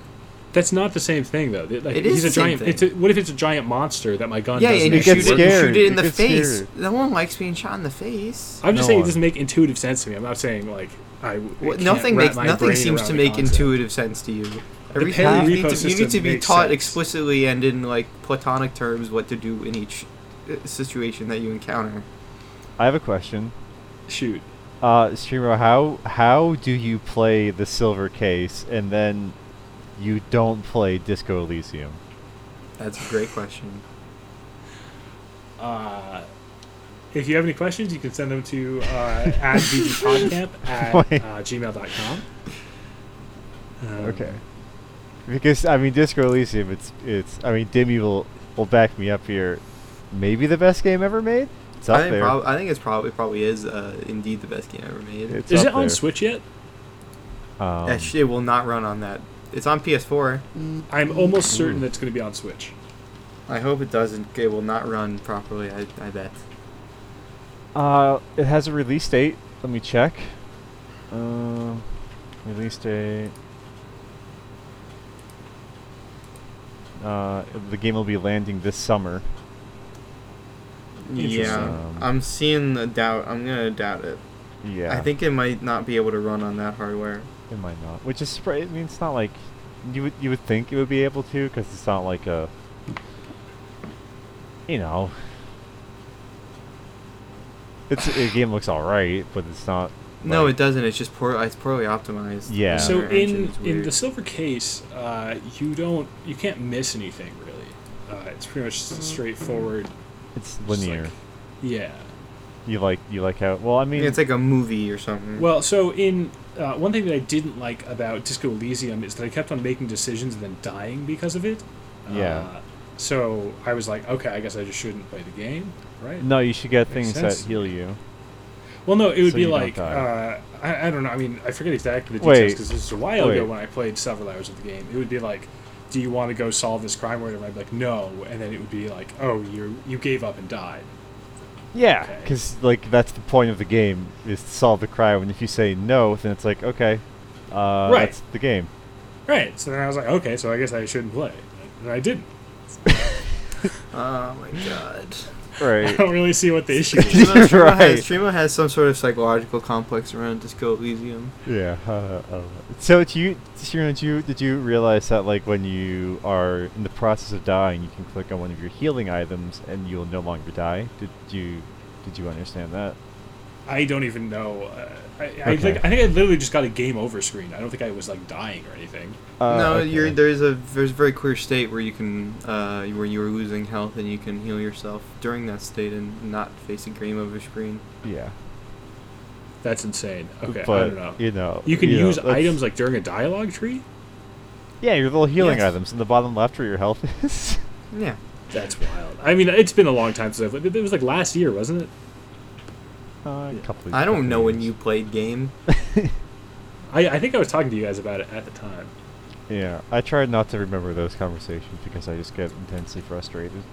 [SPEAKER 2] That's not the same thing though. Like,
[SPEAKER 3] It
[SPEAKER 2] he's
[SPEAKER 3] is the
[SPEAKER 2] a
[SPEAKER 3] same
[SPEAKER 2] giant.
[SPEAKER 3] thing.
[SPEAKER 2] It's a, what if it's a giant monster that my gun?
[SPEAKER 3] Yeah,
[SPEAKER 2] doesn't
[SPEAKER 3] and you
[SPEAKER 1] It gets
[SPEAKER 3] shoot,
[SPEAKER 2] actually work
[SPEAKER 3] it, you
[SPEAKER 1] scared.
[SPEAKER 2] with?
[SPEAKER 3] shoot it in
[SPEAKER 1] It
[SPEAKER 3] the
[SPEAKER 1] gets
[SPEAKER 3] face.
[SPEAKER 1] scared.
[SPEAKER 3] No one likes being shot in the face.
[SPEAKER 2] I'm
[SPEAKER 1] No
[SPEAKER 2] just saying
[SPEAKER 1] one.
[SPEAKER 2] it doesn't make intuitive sense to me. I'm not saying like I. w- I
[SPEAKER 3] Well,
[SPEAKER 2] can't
[SPEAKER 3] nothing
[SPEAKER 2] wrap
[SPEAKER 3] makes
[SPEAKER 2] my
[SPEAKER 3] nothing
[SPEAKER 2] brain
[SPEAKER 3] seems
[SPEAKER 2] around
[SPEAKER 3] to
[SPEAKER 2] the
[SPEAKER 3] make
[SPEAKER 2] concept.
[SPEAKER 3] intuitive sense to you. Everything
[SPEAKER 2] parry
[SPEAKER 3] you, need to, you need to
[SPEAKER 2] ecosystem
[SPEAKER 3] be
[SPEAKER 2] makes
[SPEAKER 3] taught
[SPEAKER 2] sense.
[SPEAKER 3] explicitly and in like platonic terms what to do in each uh, situation that you encounter.
[SPEAKER 1] I have a question.
[SPEAKER 2] Shoot.
[SPEAKER 1] Uh, Streamer, how how do you play the Silver Case and then you don't play Disco Elysium?
[SPEAKER 3] That's a great question.
[SPEAKER 2] Uh, if you have any questions, you can send them to uh, at vgpodcamp at uh,
[SPEAKER 1] Wait.
[SPEAKER 2] gmail.com. Um,
[SPEAKER 1] Okay. Because I mean, Disco Elysium, it's it's. I mean, Demi will will back me up here. Maybe the best game ever made. It's up
[SPEAKER 3] I think,
[SPEAKER 1] there.
[SPEAKER 3] prob- I think it's probably probably is uh, indeed the best game ever made.
[SPEAKER 1] It's
[SPEAKER 2] Is
[SPEAKER 1] up
[SPEAKER 2] it on
[SPEAKER 1] there.
[SPEAKER 2] Switch yet?
[SPEAKER 1] Um,
[SPEAKER 3] that shit will not run on that. It's on PS4.
[SPEAKER 2] I'm almost certain that's going to be on Switch.
[SPEAKER 3] I hope it doesn't. It will not run properly. I, I bet.
[SPEAKER 1] Uh, it has a release date. Let me check. Um, release date. Uh, the game will be landing this summer.
[SPEAKER 3] Yeah,
[SPEAKER 1] Interesting.
[SPEAKER 3] I'm seeing the doubt. I'm gonna doubt it.
[SPEAKER 1] Yeah,
[SPEAKER 3] I think it might not be able to run on that hardware.
[SPEAKER 1] it might not. Which is, surpri- I mean, it's not like you would you would think it would be able to, because it's not like a, you know, it's a game looks all right, but it's not.
[SPEAKER 3] No,
[SPEAKER 1] like-
[SPEAKER 3] it doesn't. It's just poor. It's poorly optimized.
[SPEAKER 1] Yeah.
[SPEAKER 2] so
[SPEAKER 3] Their engine
[SPEAKER 2] in
[SPEAKER 3] is
[SPEAKER 2] in
[SPEAKER 3] weird.
[SPEAKER 2] the silver case, uh, you don't you can't miss anything really. Uh, it's pretty much s- straightforward.
[SPEAKER 1] it's
[SPEAKER 2] just
[SPEAKER 1] Mm. linear.
[SPEAKER 2] like- yeah.
[SPEAKER 1] you like you like how? Well, I mean,
[SPEAKER 3] it's like a movie or something.
[SPEAKER 2] Well, so in uh, one thing that I didn't like about Disco Elysium is that I kept on making decisions and then dying because of it.
[SPEAKER 1] Yeah.
[SPEAKER 2] Uh, so I was like, okay, I guess I just shouldn't play the game, right?
[SPEAKER 1] No, you should get
[SPEAKER 2] Makes
[SPEAKER 1] things
[SPEAKER 2] sense.
[SPEAKER 1] that heal you.
[SPEAKER 2] Well, no, it would
[SPEAKER 1] So
[SPEAKER 2] be
[SPEAKER 1] you don't
[SPEAKER 2] like uh,
[SPEAKER 1] die.
[SPEAKER 2] I, I don't know. I mean, I forget exactly the
[SPEAKER 1] Wait.
[SPEAKER 2] details because this was a while ago
[SPEAKER 1] Wait.
[SPEAKER 2] when I played several hours of the game. It would be like, do you want to go solve this crime or whatever? I'd be like, no, and then it would be like, oh, you you gave up and died.
[SPEAKER 1] Yeah,
[SPEAKER 2] Okay.
[SPEAKER 1] because like that's the point of the game is to solve the crime. And if you say no, then it's like okay, uh,
[SPEAKER 2] Right.
[SPEAKER 1] that's the game.
[SPEAKER 2] Right. So then I was like, okay, so I guess I shouldn't play. And I didn't.
[SPEAKER 3] oh my god.
[SPEAKER 2] I
[SPEAKER 1] Right.
[SPEAKER 2] don't really see what the issue is.
[SPEAKER 3] Trima, Trima has,
[SPEAKER 1] Right.
[SPEAKER 3] Trima has some sort of psychological complex around Disco Elysium.
[SPEAKER 1] yeah. Uh, I don't know. so do you, Shirin, did you did you realize that like when you are in the process of dying, you can click on one of your healing items and you'll no longer die? Did you did you understand that?
[SPEAKER 2] I don't even know. Uh, I, I,
[SPEAKER 1] Okay.
[SPEAKER 2] think, I think I literally just got a game over screen. I don't think I was like dying or anything.
[SPEAKER 1] Uh,
[SPEAKER 3] no,
[SPEAKER 1] okay.
[SPEAKER 3] you're, there's a there's a very clear state where you can uh, where you are losing health and you can heal yourself during that state and not face a game over screen.
[SPEAKER 1] yeah.
[SPEAKER 2] That's insane. Okay,
[SPEAKER 1] but
[SPEAKER 2] I don't know.
[SPEAKER 1] you know
[SPEAKER 2] you can
[SPEAKER 1] know,
[SPEAKER 2] use
[SPEAKER 1] that's-
[SPEAKER 2] items like during a dialogue tree.
[SPEAKER 1] Yeah, your little healing
[SPEAKER 3] Yes.
[SPEAKER 1] items in the bottom left where your health is.
[SPEAKER 3] Yeah.
[SPEAKER 2] That's wild. I mean, it's been a long time since I've. It was like last year, wasn't it?
[SPEAKER 1] Uh, couple
[SPEAKER 3] I don't
[SPEAKER 1] couple
[SPEAKER 3] know when
[SPEAKER 1] years.
[SPEAKER 3] you played game.
[SPEAKER 2] I, I think I was talking to you guys about it at the time.
[SPEAKER 1] Yeah, I try not to remember those conversations because I just get intensely frustrated.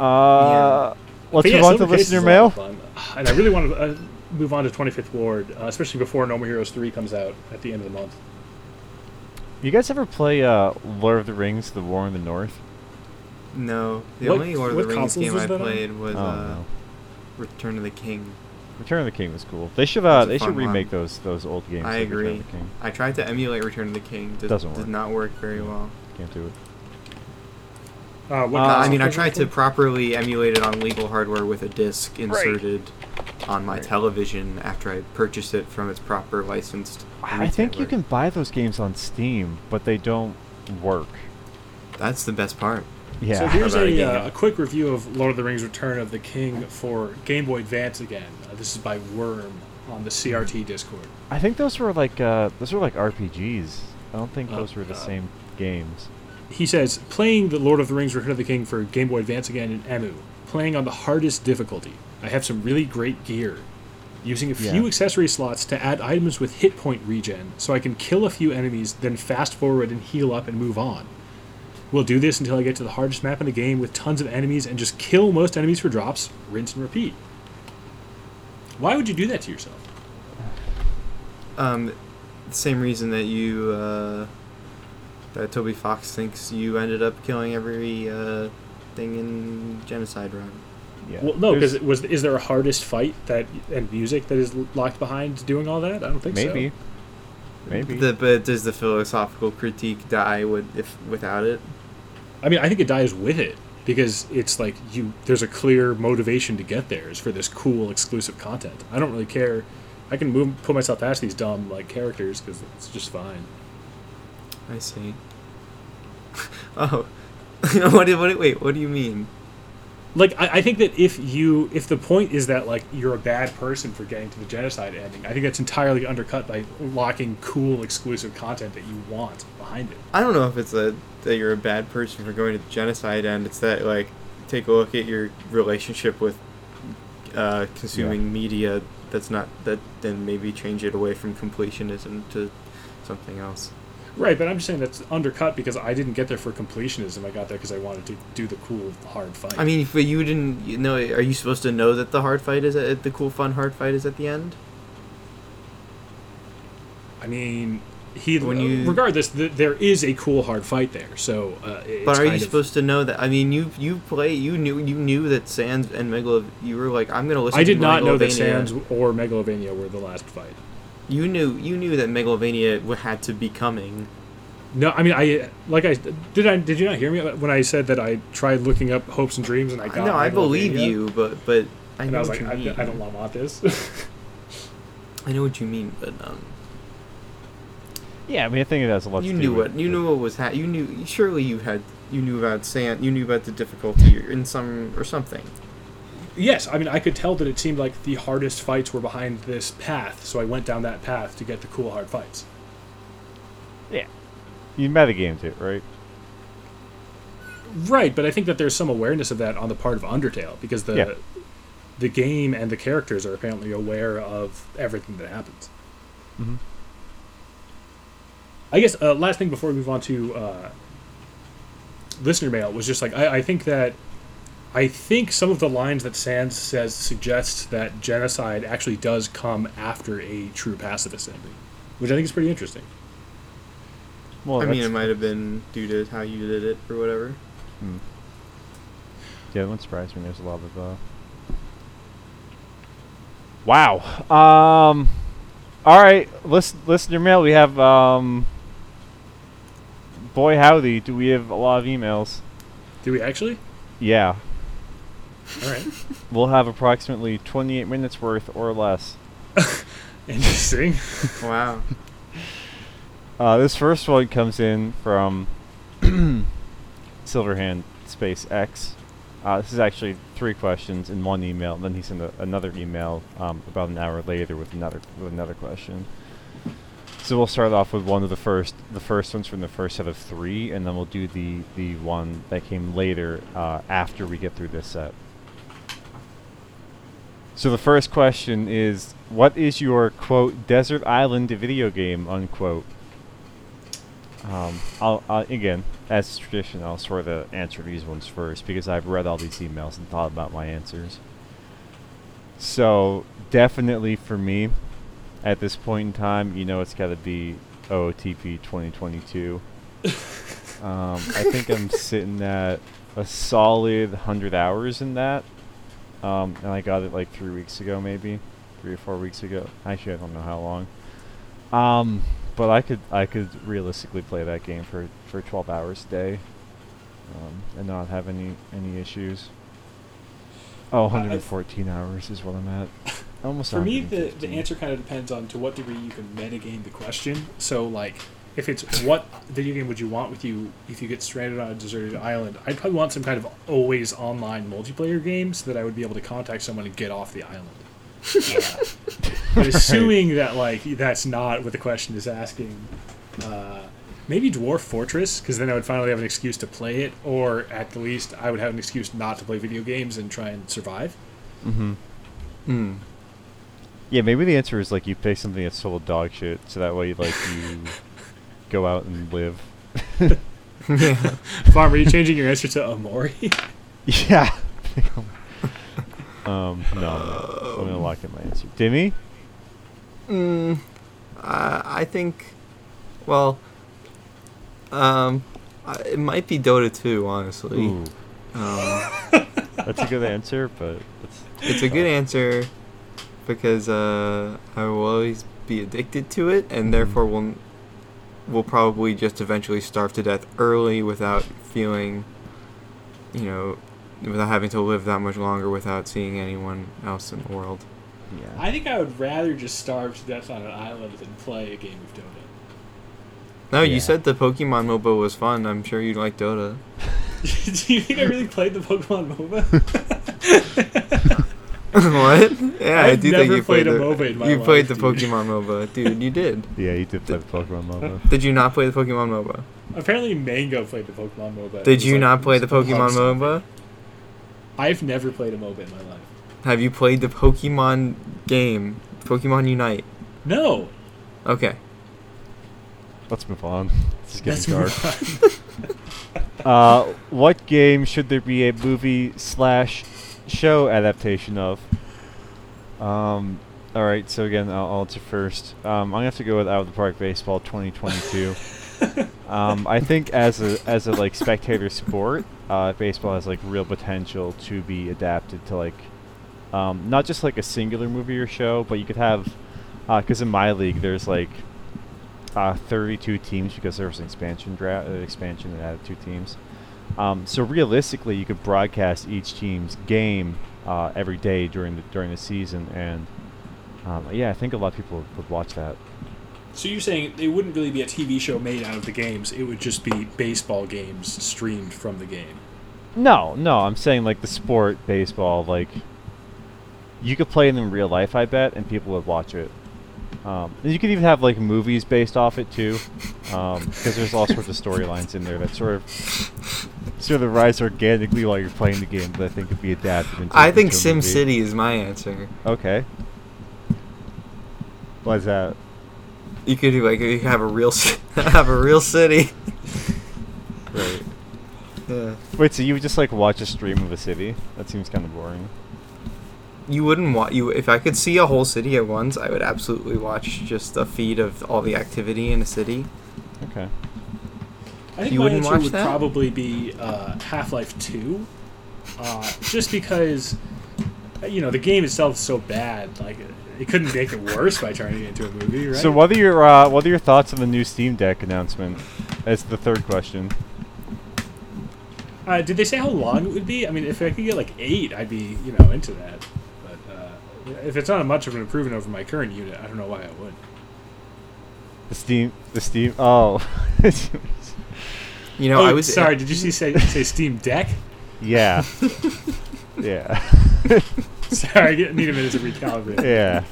[SPEAKER 1] Uh,
[SPEAKER 2] But
[SPEAKER 1] let's
[SPEAKER 2] yeah,
[SPEAKER 1] move on to
[SPEAKER 2] Silver Case
[SPEAKER 1] listener
[SPEAKER 2] is a lot
[SPEAKER 1] mail.
[SPEAKER 2] of fun. And I really want to uh, move on to 25th Ward, uh, especially before No More Heroes 3 comes out at the end of the month.
[SPEAKER 1] You guys ever play uh, Lord of the Rings: The War in the North?
[SPEAKER 3] No, the
[SPEAKER 2] What-
[SPEAKER 3] only Lord of
[SPEAKER 2] what
[SPEAKER 3] the Rings
[SPEAKER 2] consoles
[SPEAKER 3] game
[SPEAKER 2] was
[SPEAKER 3] I
[SPEAKER 2] that on?
[SPEAKER 3] played was
[SPEAKER 1] oh,
[SPEAKER 3] uh,
[SPEAKER 1] no.
[SPEAKER 3] Return of the King.
[SPEAKER 1] Return of the King was cool. They should
[SPEAKER 3] That
[SPEAKER 1] uh,
[SPEAKER 3] was a
[SPEAKER 1] they should
[SPEAKER 3] fun one.
[SPEAKER 1] remake those those old games.
[SPEAKER 3] I
[SPEAKER 1] like Return
[SPEAKER 3] agree.
[SPEAKER 1] of the King.
[SPEAKER 3] I tried to emulate Return of the King. Did,
[SPEAKER 1] Doesn't work.
[SPEAKER 3] Did not work very well.
[SPEAKER 1] Can't do it.
[SPEAKER 2] Uh, what
[SPEAKER 1] Uh,
[SPEAKER 3] Uh,
[SPEAKER 2] console
[SPEAKER 3] I mean, I
[SPEAKER 2] was it
[SPEAKER 3] tried to
[SPEAKER 2] for?
[SPEAKER 3] properly emulate it on legal hardware with a disc inserted on my
[SPEAKER 1] Right.
[SPEAKER 3] television after I purchased it from its proper licensed.
[SPEAKER 1] I think you
[SPEAKER 3] retailer.
[SPEAKER 1] can buy those games on Steam, but they don't work.
[SPEAKER 3] That's the best part.
[SPEAKER 1] Yeah.
[SPEAKER 2] So here's
[SPEAKER 3] About a
[SPEAKER 2] a,
[SPEAKER 3] game.
[SPEAKER 2] uh, a quick review of Lord of the Rings: Return of the King for Game Boy Advance again. Uh, this is by Worm on the CRT Discord.
[SPEAKER 1] I think those were like uh, those were like RPGs. I don't think
[SPEAKER 2] Oh,
[SPEAKER 1] those were the
[SPEAKER 2] God.
[SPEAKER 1] same games.
[SPEAKER 2] He says, playing the Lord of the Rings Return of the King for Game Boy Advance again in Emu, playing on the hardest difficulty. I have some really great gear. Using a few
[SPEAKER 1] Yeah.
[SPEAKER 2] accessory slots to add items with hit point regen so I can kill a few enemies, then fast forward and heal up and move on. We'll do this until I get to the hardest map in the game with tons of enemies and just kill most enemies for drops, rinse and repeat. Why would you do that to yourself?
[SPEAKER 3] Um, same reason that you uh, that Toby Fox thinks you ended up killing every uh, thing in Genocide Run.
[SPEAKER 1] Yeah.
[SPEAKER 2] Well, no,
[SPEAKER 1] There's-
[SPEAKER 2] because was is there a hardest fight that and music that is l- locked behind doing all that? I don't think so.
[SPEAKER 1] maybe, maybe.
[SPEAKER 3] The, but does the philosophical critique die with if without it?
[SPEAKER 2] I mean, I think it dies with it because it's like you. There's a clear motivation to get there is for this cool exclusive content. I don't really care. I can move, put myself past these dumb like characters because it's just fine.
[SPEAKER 3] I see. oh, what, do- what? do- Wait, what do you mean?
[SPEAKER 2] Like I, I think that if you if the point is that like you're a bad person for getting to the genocide ending, I think that's entirely undercut by locking cool exclusive content that you want behind it.
[SPEAKER 3] I don't know if it's a, that you're a bad person for going to the genocide end. It's that like take a look at your relationship with uh, consuming media. That's not that. Then maybe change it away from completionism to something else.
[SPEAKER 2] Right, but I'm just saying that's undercut because I didn't get there for completionism. I got there because I wanted to do the cool hard fight.
[SPEAKER 3] I mean, if you didn't you know, are you supposed to know that the hard fight is at the cool, fun hard fight is at the end?
[SPEAKER 2] I mean, he. uh,
[SPEAKER 3] When you-
[SPEAKER 2] regardless, th- there is a cool hard fight there. So, uh, it's
[SPEAKER 3] But are
[SPEAKER 2] kind
[SPEAKER 3] you
[SPEAKER 2] of-
[SPEAKER 3] supposed to know that? I mean, you you play you knew you knew that Sans and Megalov. You were like, I'm gonna listen.
[SPEAKER 2] I did
[SPEAKER 3] to
[SPEAKER 2] not know that
[SPEAKER 3] Megalovania.
[SPEAKER 2] Sans or Megalovania were the last fight.
[SPEAKER 3] You knew you knew that Megalovania w- had to be coming.
[SPEAKER 2] No, I mean, I like I did. I did you not hear me when I said that I tried looking up hopes and dreams and I got.
[SPEAKER 3] no, I believe
[SPEAKER 2] Megalovania?
[SPEAKER 3] you, but but I
[SPEAKER 2] And
[SPEAKER 3] know
[SPEAKER 2] I was
[SPEAKER 3] what
[SPEAKER 2] like, I,
[SPEAKER 3] you mean.
[SPEAKER 2] I don't want this.
[SPEAKER 3] I know what you mean, but um,
[SPEAKER 1] yeah, I mean, I think it has a lot.
[SPEAKER 3] you
[SPEAKER 1] to do
[SPEAKER 3] knew
[SPEAKER 1] with
[SPEAKER 3] what you
[SPEAKER 1] the-
[SPEAKER 3] knew what was ha- you knew surely you had you knew about San you knew about the difficulty or in some or something.
[SPEAKER 2] yes, I mean, I could tell that it seemed like the hardest fights were behind this path, so I went down that path to get the cool hard fights.
[SPEAKER 1] Yeah. You metagamed it, right?
[SPEAKER 2] Right, but I think that there's some awareness of that on the part of Undertale because the
[SPEAKER 1] Yeah.
[SPEAKER 2] the game and the characters are apparently aware of everything that happens.
[SPEAKER 1] Mhm.
[SPEAKER 2] I guess uh, last thing before we move on to uh, listener mail was just like I, I think that I think some of the lines that Sans says suggests that genocide actually does come after a true pacifist ending, which I think is pretty interesting.
[SPEAKER 1] Well,
[SPEAKER 3] I mean, it
[SPEAKER 1] that's-
[SPEAKER 3] might have been due to how you did it or whatever.
[SPEAKER 1] hmm. yeah, that one surprised me. There's a lot of. Uh... Wow. Um. All right, listen, listener mail. We have um. Boy, howdy! Do we have a lot of emails?
[SPEAKER 2] Do we actually?
[SPEAKER 1] Yeah,
[SPEAKER 2] All right,
[SPEAKER 1] we'll have approximately 28 minutes worth or less.
[SPEAKER 2] interesting.
[SPEAKER 3] Wow.
[SPEAKER 1] Uh, this first one comes in from Silverhand Space X. Uh, this is actually three questions in one email. Then he sent a, another email um, about an hour later with another with another question. So we'll start off with one of the first the first ones from the first set of three, and then we'll do the the one that came later uh, after we get through this set. So the first question is, what is your quote desert island video game unquote? Um, I'll, i again, as tradition, I'll sort of uh, answer these ones first because I've read all these emails and thought about my answers. So definitely for me, at this point in time, you know, it's got to be OOTP 2022. um, I think I'm sitting at a solid 100 hours in that. Um, and I got it like three weeks ago, maybe three or four weeks ago. Actually, I don't know how long. Um, but I could I could realistically play that game for, for 12 hours a day, um, and not have any any issues. Oh, 114 hours is what I'm at. Almost
[SPEAKER 2] For me, the, the
[SPEAKER 1] 115.
[SPEAKER 2] answer kind of depends on to what degree you can metagame the question. So, like, if it's what video game would you want with you if you get stranded on a deserted island, I'd probably want some kind of always online multiplayer game so that I would be able to contact someone and get off the island. But assuming that, like, that's not what the question is asking, uh, maybe Dwarf Fortress, because then I would finally have an excuse to play it, or at the least, I would have an excuse not to play video games and try and survive.
[SPEAKER 1] Mm-hmm. Hmm.
[SPEAKER 3] Mm.
[SPEAKER 1] Yeah, maybe the answer is like you pick something that's total dog shit, so that way like you go out and live.
[SPEAKER 3] yeah.
[SPEAKER 2] Farm, are you changing your answer to Amori?
[SPEAKER 1] Yeah. um, no, I'm not. I'm gonna lock in my answer. Dimmy?
[SPEAKER 3] Mm, uh, I think, well, um, I, it might be Dota 2, honestly.
[SPEAKER 1] Ooh,
[SPEAKER 3] Um,
[SPEAKER 1] that's a good answer, but it's
[SPEAKER 3] it's a good answer because uh, I will always be addicted to it,
[SPEAKER 2] Mm-hmm.
[SPEAKER 3] and
[SPEAKER 1] Mhm.
[SPEAKER 3] therefore will will probably just eventually starve to death early without feeling, you know, without having to live that much longer without seeing anyone else in the world.
[SPEAKER 1] yeah.
[SPEAKER 2] I think I would rather just starve to death on an island than play a game of Dota.
[SPEAKER 3] No,
[SPEAKER 1] Yeah.
[SPEAKER 3] you said the Pokemon MOBA was fun. I'm sure you like Dota.
[SPEAKER 2] Do you think I really played the Pokemon MOBA?
[SPEAKER 3] what? Yeah, i
[SPEAKER 2] I've
[SPEAKER 3] do think
[SPEAKER 2] never
[SPEAKER 3] you
[SPEAKER 2] played
[SPEAKER 3] played,
[SPEAKER 2] a
[SPEAKER 3] the,
[SPEAKER 2] MOBA in my
[SPEAKER 3] You
[SPEAKER 2] life,
[SPEAKER 3] played the
[SPEAKER 2] dude.
[SPEAKER 3] Pokemon MOBA, dude. You did.
[SPEAKER 1] yeah, you did play the Pokemon MOBA.
[SPEAKER 3] Did you not play the Pokemon MOBA?
[SPEAKER 2] Apparently, Mango played the Pokemon MOBA. It
[SPEAKER 3] Did
[SPEAKER 2] was
[SPEAKER 3] you
[SPEAKER 2] like-
[SPEAKER 3] not play the
[SPEAKER 2] it was
[SPEAKER 3] Pokemon
[SPEAKER 2] hubs.
[SPEAKER 3] MOBA?
[SPEAKER 2] I've never played a MOBA in my life.
[SPEAKER 3] Have you played the Pokemon game, Pokemon Unite?
[SPEAKER 2] No.
[SPEAKER 3] Okay.
[SPEAKER 1] Let's move on. This is
[SPEAKER 2] That's
[SPEAKER 1] getting dark. Uh, what game should there be a movie slash show adaptation of? Um, all right, so again, I'll I'll answer first. Um, I'm gonna have to go with Out of the Park Baseball 2022. um, I think as a as a like spectator sport, uh, baseball has like real potential to be adapted to like um, not just like a singular movie or show, but you could have because in my league there's like uh, 32 teams because there was an expansion draft, uh, expansion that added two teams. Um, so realistically, you could broadcast each team's game uh, every day during the during the season, and um, yeah, I think a lot of people would watch that.
[SPEAKER 2] So you're saying it wouldn't really be a TV show made out of the games. It would just be baseball games streamed from the game.
[SPEAKER 1] No, no, I'm saying like the sport baseball, like you could play it in real life, I bet, and people would watch it. Um, and you could even have like movies based off it too, because there's all sorts of storylines in there that sort of sort of rise organically while you're playing the game, but I think could be adapted into.
[SPEAKER 3] I think
[SPEAKER 1] into a
[SPEAKER 3] Sim
[SPEAKER 1] movie.
[SPEAKER 3] City is my answer.
[SPEAKER 1] Okay. Why is that?
[SPEAKER 3] You could do like you have a real ci- have a real city.
[SPEAKER 1] Right.
[SPEAKER 3] Yeah.
[SPEAKER 1] Wait, so you would just like watch a stream of a city? That seems kind of boring.
[SPEAKER 3] You wouldn't want you if I could see a whole city at once. I would absolutely watch just a feed of all the activity in a city.
[SPEAKER 1] Okay.
[SPEAKER 2] I think
[SPEAKER 3] You
[SPEAKER 2] my
[SPEAKER 3] wouldn't
[SPEAKER 2] answer
[SPEAKER 3] watch
[SPEAKER 2] would
[SPEAKER 3] that?
[SPEAKER 2] probably be uh, Half Life Two, uh, just because uh, you know the game itself is so bad. Like it couldn't make it worse by turning it into a movie, right?
[SPEAKER 1] So what are your uh, what are your thoughts on the new Steam Deck announcement? That's the third question.
[SPEAKER 2] Uh, did they say how long it would be? I mean, if I could get like eight, I'd be you know into that. But uh, if it's not much of an improvement over my current unit, I don't know why I would.
[SPEAKER 1] The Steam the Steam oh
[SPEAKER 3] You know,
[SPEAKER 2] oh,
[SPEAKER 3] I was
[SPEAKER 2] sorry. Did you see say, say Steam Deck?
[SPEAKER 1] yeah yeah
[SPEAKER 2] Sorry, I get- need a minute to recalibrate.
[SPEAKER 1] yeah.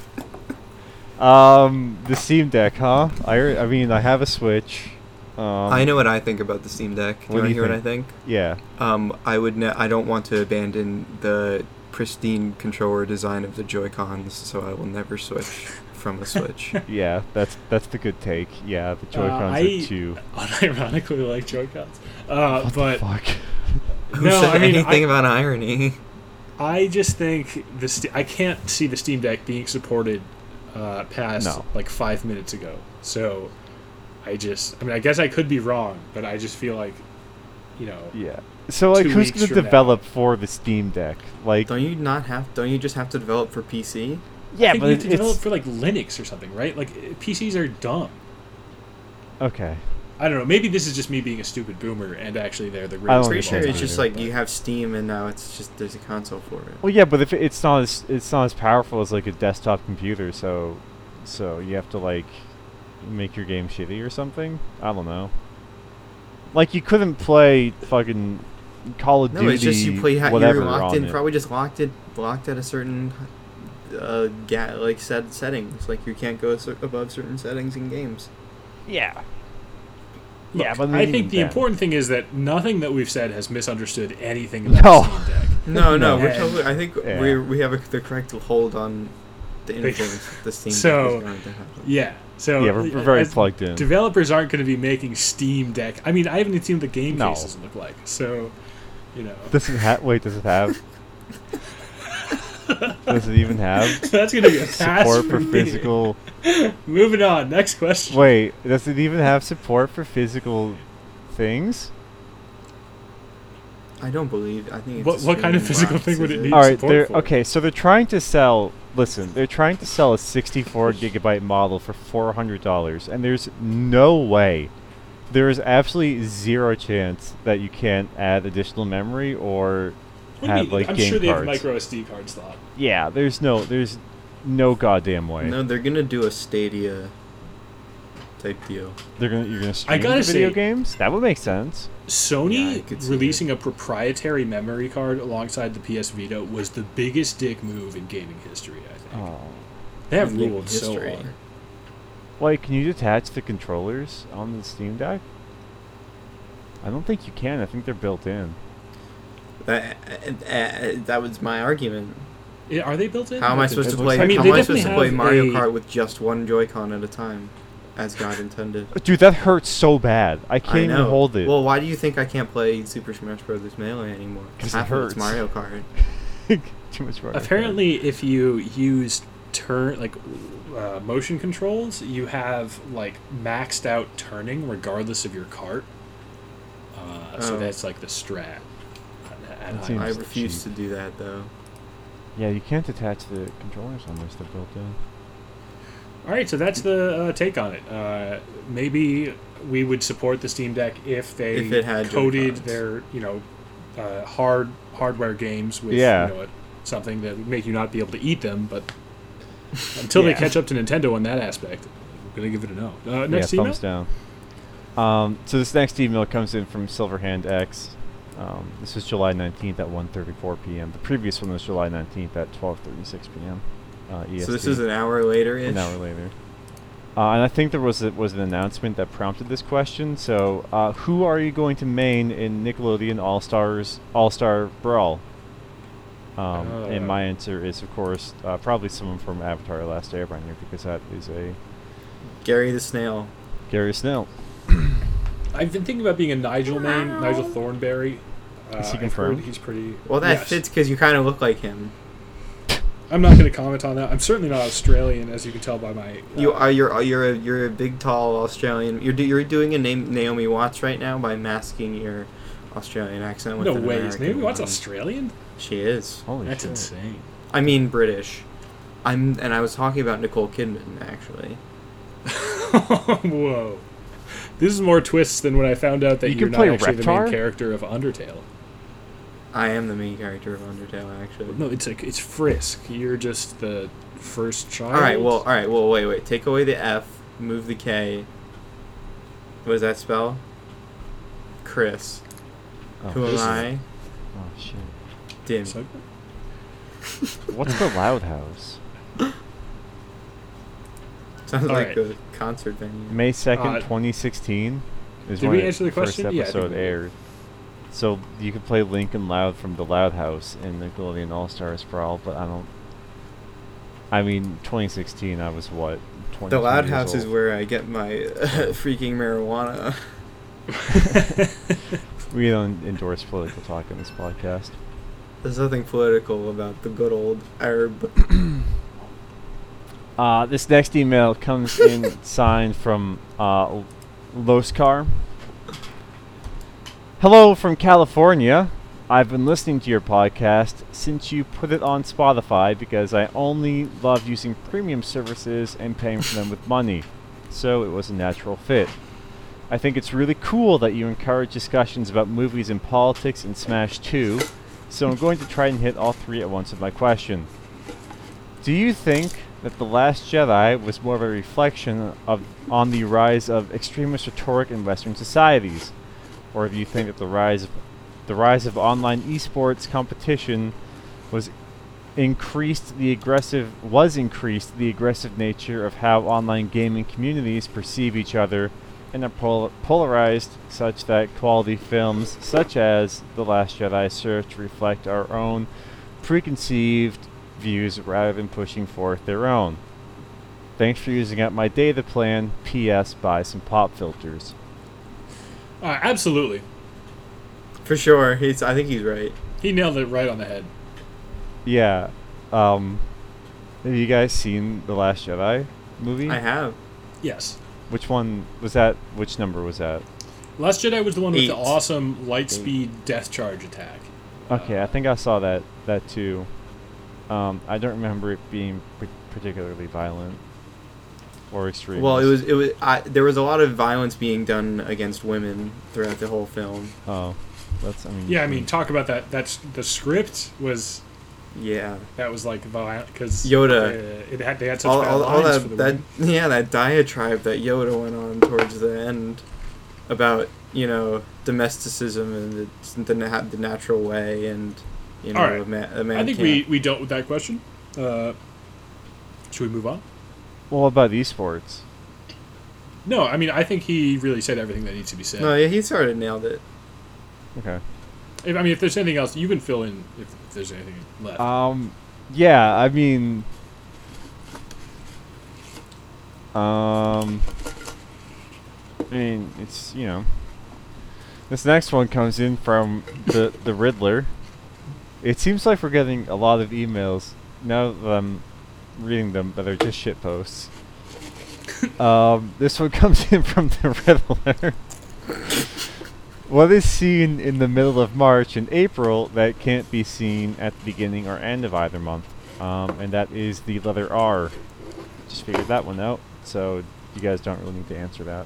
[SPEAKER 1] Um, the Steam Deck, huh? I re- I mean I have a Switch. Um,
[SPEAKER 3] I know what I think about the Steam Deck.
[SPEAKER 1] What do
[SPEAKER 3] you want
[SPEAKER 1] you
[SPEAKER 3] to hear what I think?
[SPEAKER 1] Yeah.
[SPEAKER 3] Um, I would. Ne- I don't want to abandon the pristine controller design of the Joy Cons, so I will never switch from a Switch.
[SPEAKER 1] Yeah, that's that's the good take. Yeah, the Joy Cons
[SPEAKER 2] Uh, I-
[SPEAKER 1] are two.
[SPEAKER 2] Unironically, like Joy-Cons, uh,
[SPEAKER 1] What
[SPEAKER 2] but
[SPEAKER 1] the fuck?
[SPEAKER 3] Who
[SPEAKER 2] No,
[SPEAKER 3] said
[SPEAKER 2] I mean,
[SPEAKER 3] anything
[SPEAKER 2] I-
[SPEAKER 3] about irony?
[SPEAKER 2] I just think the st- I can't see the Steam Deck being supported uh, past
[SPEAKER 1] No.
[SPEAKER 2] like five minutes ago. So I just, I mean, I guess I could be wrong, but I just feel like, you know,
[SPEAKER 1] Yeah. So like,
[SPEAKER 2] Two
[SPEAKER 1] who's
[SPEAKER 2] weeks
[SPEAKER 1] going to
[SPEAKER 2] from now.
[SPEAKER 1] develop for the Steam Deck? Like,
[SPEAKER 3] Don't you not have? Don't you just have to develop for PC?
[SPEAKER 2] I
[SPEAKER 1] yeah,
[SPEAKER 2] think
[SPEAKER 1] but
[SPEAKER 2] you have
[SPEAKER 1] it,
[SPEAKER 2] to develop
[SPEAKER 1] it's
[SPEAKER 2] for like Linux or something, right? Like eh, PCs are dumb.
[SPEAKER 1] okay.
[SPEAKER 2] I don't know. Maybe this is just me being a stupid boomer, and actually they're the
[SPEAKER 1] I
[SPEAKER 2] greatest.
[SPEAKER 1] don't
[SPEAKER 3] Pretty
[SPEAKER 1] think it's
[SPEAKER 3] sure it's just
[SPEAKER 1] either,
[SPEAKER 3] like you have Steam and now it's just there's a console for it.
[SPEAKER 1] Well, yeah, but if it- it's not as it's not as powerful as like a desktop computer, so so you have to like make your game shitty or something. I don't know. Like you couldn't play fucking Call of
[SPEAKER 3] No,
[SPEAKER 1] Duty.
[SPEAKER 3] it's just you play. Ha-
[SPEAKER 1] whatever
[SPEAKER 3] you're locked
[SPEAKER 1] on
[SPEAKER 3] in,
[SPEAKER 1] it.
[SPEAKER 3] probably just locked in, locked at a certain, uh, ga- like set settings. Like you can't go cer- above certain settings in games.
[SPEAKER 1] Yeah.
[SPEAKER 2] Look,
[SPEAKER 1] yeah, but
[SPEAKER 2] I
[SPEAKER 1] even
[SPEAKER 2] think the
[SPEAKER 1] then-
[SPEAKER 2] important thing is that nothing that we've said has misunderstood anything about
[SPEAKER 1] No.
[SPEAKER 2] the Steam Deck.
[SPEAKER 3] No, no,
[SPEAKER 2] No.
[SPEAKER 3] we're totally. I think
[SPEAKER 1] Yeah.
[SPEAKER 3] we we have a, the correct hold on the influence the Steam Deck
[SPEAKER 2] So-
[SPEAKER 3] is going to have.
[SPEAKER 2] Yeah. So
[SPEAKER 1] Yeah, we're, we're very
[SPEAKER 2] as
[SPEAKER 1] plugged in.
[SPEAKER 2] Developers aren't going to be making Steam Deck. I mean, I haven't even seen what the game
[SPEAKER 1] No.
[SPEAKER 2] cases look like. So, you know,
[SPEAKER 1] Does it have? Wait, does it have? does it even have
[SPEAKER 2] that's going to be a pass
[SPEAKER 1] support for
[SPEAKER 2] me.
[SPEAKER 1] physical?
[SPEAKER 2] Moving on. Next question.
[SPEAKER 1] Wait, does it even have support for physical things?
[SPEAKER 3] I don't believe. I think. It's
[SPEAKER 2] What-
[SPEAKER 3] a
[SPEAKER 2] what kind of
[SPEAKER 3] streaming
[SPEAKER 2] physical
[SPEAKER 3] box,
[SPEAKER 2] thing
[SPEAKER 3] is
[SPEAKER 2] would it need?
[SPEAKER 1] All right,
[SPEAKER 2] support
[SPEAKER 1] they're
[SPEAKER 2] for it.
[SPEAKER 1] okay. So they're trying to sell. Listen, they're trying to sell a 64 gigabyte model for 400 dollars, and there's no way, there is absolutely zero chance that you can't add additional memory or
[SPEAKER 2] What do you
[SPEAKER 1] have
[SPEAKER 2] mean?
[SPEAKER 1] like
[SPEAKER 2] I'm
[SPEAKER 1] game
[SPEAKER 2] sure they have a
[SPEAKER 1] cards.
[SPEAKER 2] micro SD card slot.
[SPEAKER 1] yeah, there's no, there's no goddamn way.
[SPEAKER 3] No, they're gonna do a Stadia type deal.
[SPEAKER 1] They're gonna, you're gonna stream
[SPEAKER 2] gotta
[SPEAKER 1] video
[SPEAKER 2] say-
[SPEAKER 1] games. That would make sense.
[SPEAKER 2] Sony
[SPEAKER 3] Yeah, I could see
[SPEAKER 2] releasing a proprietary memory card alongside the PS Vita was the biggest dick move in gaming history. I think
[SPEAKER 1] Oh.
[SPEAKER 2] they have
[SPEAKER 3] Gaming
[SPEAKER 2] ruled so
[SPEAKER 3] history.
[SPEAKER 2] hard.
[SPEAKER 1] Like, can you detach the controllers on the Steam Deck? I don't think you can. I think they're built in.
[SPEAKER 3] That, uh, that, that was my argument.
[SPEAKER 2] I- Are they built in?
[SPEAKER 3] How am I
[SPEAKER 1] It
[SPEAKER 3] supposed to
[SPEAKER 1] looks
[SPEAKER 3] play?
[SPEAKER 1] like-
[SPEAKER 2] I mean,
[SPEAKER 3] how
[SPEAKER 2] they
[SPEAKER 3] am I
[SPEAKER 2] definitely
[SPEAKER 3] supposed to play
[SPEAKER 2] have
[SPEAKER 3] Mario
[SPEAKER 2] a-
[SPEAKER 3] Kart with just one Joy-Con at a time, as God intended?
[SPEAKER 1] Dude, that hurts so bad. I can't
[SPEAKER 3] I
[SPEAKER 1] even
[SPEAKER 3] know.
[SPEAKER 1] hold it.
[SPEAKER 3] Well, why do you think I can't play Super Smash Bros. Melee anymore?
[SPEAKER 1] 'Cause it
[SPEAKER 3] Half of it's
[SPEAKER 1] hurts.
[SPEAKER 3] Mario Kart.
[SPEAKER 1] Too much water.
[SPEAKER 2] Apparently, if you use turn like uh, motion controls, you have like maxed out turning regardless of your cart. Uh, So
[SPEAKER 3] Oh.
[SPEAKER 2] that's like the strat. at- at
[SPEAKER 1] That
[SPEAKER 2] high
[SPEAKER 1] seems-
[SPEAKER 3] I
[SPEAKER 1] Game's
[SPEAKER 3] refuse
[SPEAKER 1] cheap.
[SPEAKER 3] to do that though.
[SPEAKER 1] Yeah, you can't detach the controllers on this. They're built in.
[SPEAKER 2] All right, so that's the uh, take on it. Uh, maybe we would support the Steam Deck if they
[SPEAKER 3] If it had
[SPEAKER 2] coded
[SPEAKER 3] Joy-Cons.
[SPEAKER 2] their, you know, uh, hard hardware games with
[SPEAKER 1] Yeah.
[SPEAKER 2] you know, something that would make you not be able to eat them. But until
[SPEAKER 1] Yeah.
[SPEAKER 2] they catch up to Nintendo on that aspect, we're gonna give it a no. Uh, next
[SPEAKER 1] yeah,
[SPEAKER 2] email.
[SPEAKER 1] thumbs down. Um, so this next email comes in from Silverhand X. Um, this is July 19th at 1:34 p.m. The previous one was July 19th at 12:36 p.m. Uh, EST.
[SPEAKER 3] So this is an hour later ish.
[SPEAKER 1] an hour later. Uh, and I think there was a, was an announcement that prompted this question. So, uh, who are you going to main in Nickelodeon All Stars All Star Brawl? Um, and
[SPEAKER 2] Ah.
[SPEAKER 1] my answer is, of course, uh, probably someone from Avatar: Last Airbender because that is a
[SPEAKER 3] Gary the Snail.
[SPEAKER 1] Gary Snell.
[SPEAKER 2] I've been thinking about being a Nigel name, Nigel Thornberry. Uh,
[SPEAKER 1] Is he
[SPEAKER 2] I've heard
[SPEAKER 1] confirmed?
[SPEAKER 2] He's pretty.
[SPEAKER 3] Well, that
[SPEAKER 2] Yes.
[SPEAKER 3] fits because you kind of look like him.
[SPEAKER 2] I'm not going to comment on that. I'm certainly not Australian, as you can tell by my. uh,
[SPEAKER 3] You are you're you're a you're a big tall Australian. You're do, you're doing a name Naomi Watts right now by masking your Australian accent with
[SPEAKER 2] No
[SPEAKER 3] an
[SPEAKER 2] way. His
[SPEAKER 3] American
[SPEAKER 2] name what's
[SPEAKER 3] one.
[SPEAKER 2] Australian?
[SPEAKER 3] She is.
[SPEAKER 1] Holy
[SPEAKER 2] That's
[SPEAKER 1] shit.
[SPEAKER 2] insane.
[SPEAKER 3] I mean British. I'm and I was talking about Nicole Kidman actually.
[SPEAKER 2] Whoa. This is more twists than when I found out that
[SPEAKER 1] You
[SPEAKER 2] you are
[SPEAKER 1] can
[SPEAKER 2] not
[SPEAKER 1] play
[SPEAKER 2] actually the
[SPEAKER 1] Reptar?
[SPEAKER 2] main character of Undertale.
[SPEAKER 3] I am the main character of Undertale actually.
[SPEAKER 2] No, it's like it's Frisk. You're just the first child.
[SPEAKER 3] All right. Well. All right. Well. Wait. Wait. Take away the F. Move the K. What does that spell? Chris.
[SPEAKER 1] Oh,
[SPEAKER 3] Who am
[SPEAKER 2] Chris is-
[SPEAKER 3] I?
[SPEAKER 1] oh shit!
[SPEAKER 3] Dim.
[SPEAKER 2] So-
[SPEAKER 1] What's the Loud House?
[SPEAKER 3] Sounds
[SPEAKER 2] all
[SPEAKER 3] like
[SPEAKER 2] right.
[SPEAKER 3] a concert venue.
[SPEAKER 1] May second,
[SPEAKER 2] Uh,
[SPEAKER 1] twenty sixteen, is
[SPEAKER 2] did
[SPEAKER 1] when
[SPEAKER 2] we
[SPEAKER 1] it-
[SPEAKER 2] answer the
[SPEAKER 1] first
[SPEAKER 2] question? Yeah, I think
[SPEAKER 1] episode
[SPEAKER 2] we did.
[SPEAKER 1] aired. So you can play Link and Loud from the Loud House in Nickelodeon All Stars Brawl, but I don't. I mean, twenty sixteen. I was what? 22
[SPEAKER 3] The Loud
[SPEAKER 1] years
[SPEAKER 3] House is
[SPEAKER 1] old.
[SPEAKER 3] where I get my uh, freaking marijuana.
[SPEAKER 1] we don't endorse political talk on this podcast.
[SPEAKER 3] There's nothing political about the good old herb.
[SPEAKER 1] Uh, this next email comes in signed from uh, Loscar. Hello from California. I've been listening to your podcast since you put it on Spotify because I only love using premium services and paying for them with money, so it was a natural fit. I think it's really cool that you encourage discussions about movies and politics in Smash 2, so I'm going to try and hit all three at once with my question. Do you think that The Last Jedi was more of a reflection of on the rise of extremist rhetoric in Western societies? Or do you think that the rise of the rise of online esports competition was increased the aggressive was increased the aggressive nature of how online gaming communities perceive each other and are pol- polarized such that quality films such as The Last Jedi serve to reflect our own preconceived views rather than pushing forth their own. Thanks for using up my data plan. P.S. Buy some pop filters.
[SPEAKER 2] Uh, absolutely.
[SPEAKER 3] For sure. He's. I think he's right.
[SPEAKER 2] He nailed it right on the head.
[SPEAKER 1] Yeah. Um, have you guys seen The Last Jedi movie?
[SPEAKER 3] I have.
[SPEAKER 2] Yes.
[SPEAKER 1] Which one was that? Which number was that?
[SPEAKER 2] Last Jedi was the one with the
[SPEAKER 3] Eight.
[SPEAKER 2] awesome light speed death charge attack.
[SPEAKER 1] Okay, I think I saw that that too. Um, I don't remember it being par- particularly violent or extreme.
[SPEAKER 3] Well, it was. It was. I, there was a lot of violence being done against women throughout the whole film.
[SPEAKER 1] Oh, that's. I mean.
[SPEAKER 2] Yeah, I mean, talk about that. That's the script was
[SPEAKER 3] Yeah.
[SPEAKER 2] that was like violent because
[SPEAKER 3] Yoda.
[SPEAKER 2] it had they had such
[SPEAKER 3] all,
[SPEAKER 2] bad
[SPEAKER 3] all, all
[SPEAKER 2] lines for
[SPEAKER 3] that,
[SPEAKER 2] the
[SPEAKER 3] that
[SPEAKER 2] women.
[SPEAKER 3] yeah that diatribe that yoda went on towards the end about you know domesticism and it's the, na- the natural way and you know
[SPEAKER 2] All right.
[SPEAKER 3] a, man, a man
[SPEAKER 2] I think
[SPEAKER 3] can't-
[SPEAKER 2] we we dealt with that question. Uh, should we move on?
[SPEAKER 1] Well, what about esports?
[SPEAKER 2] No, I mean I think he really said everything that needs to be said.
[SPEAKER 3] no yeah he sort of nailed it
[SPEAKER 1] Okay.
[SPEAKER 2] If- I mean, if there's anything else, you can fill in if, if there's anything left.
[SPEAKER 1] Um, yeah, I mean, um, I mean, it's you know, this next one comes in from the the Riddler. It seems like we're getting a lot of emails now that I'm reading them, but they're just shit posts. um, this one comes in from the Riddler. What is seen in the middle of March and April that can't be seen at the beginning or end of either month? Um, and that is the letter R. Just figured that one out. So you guys don't really need to answer that.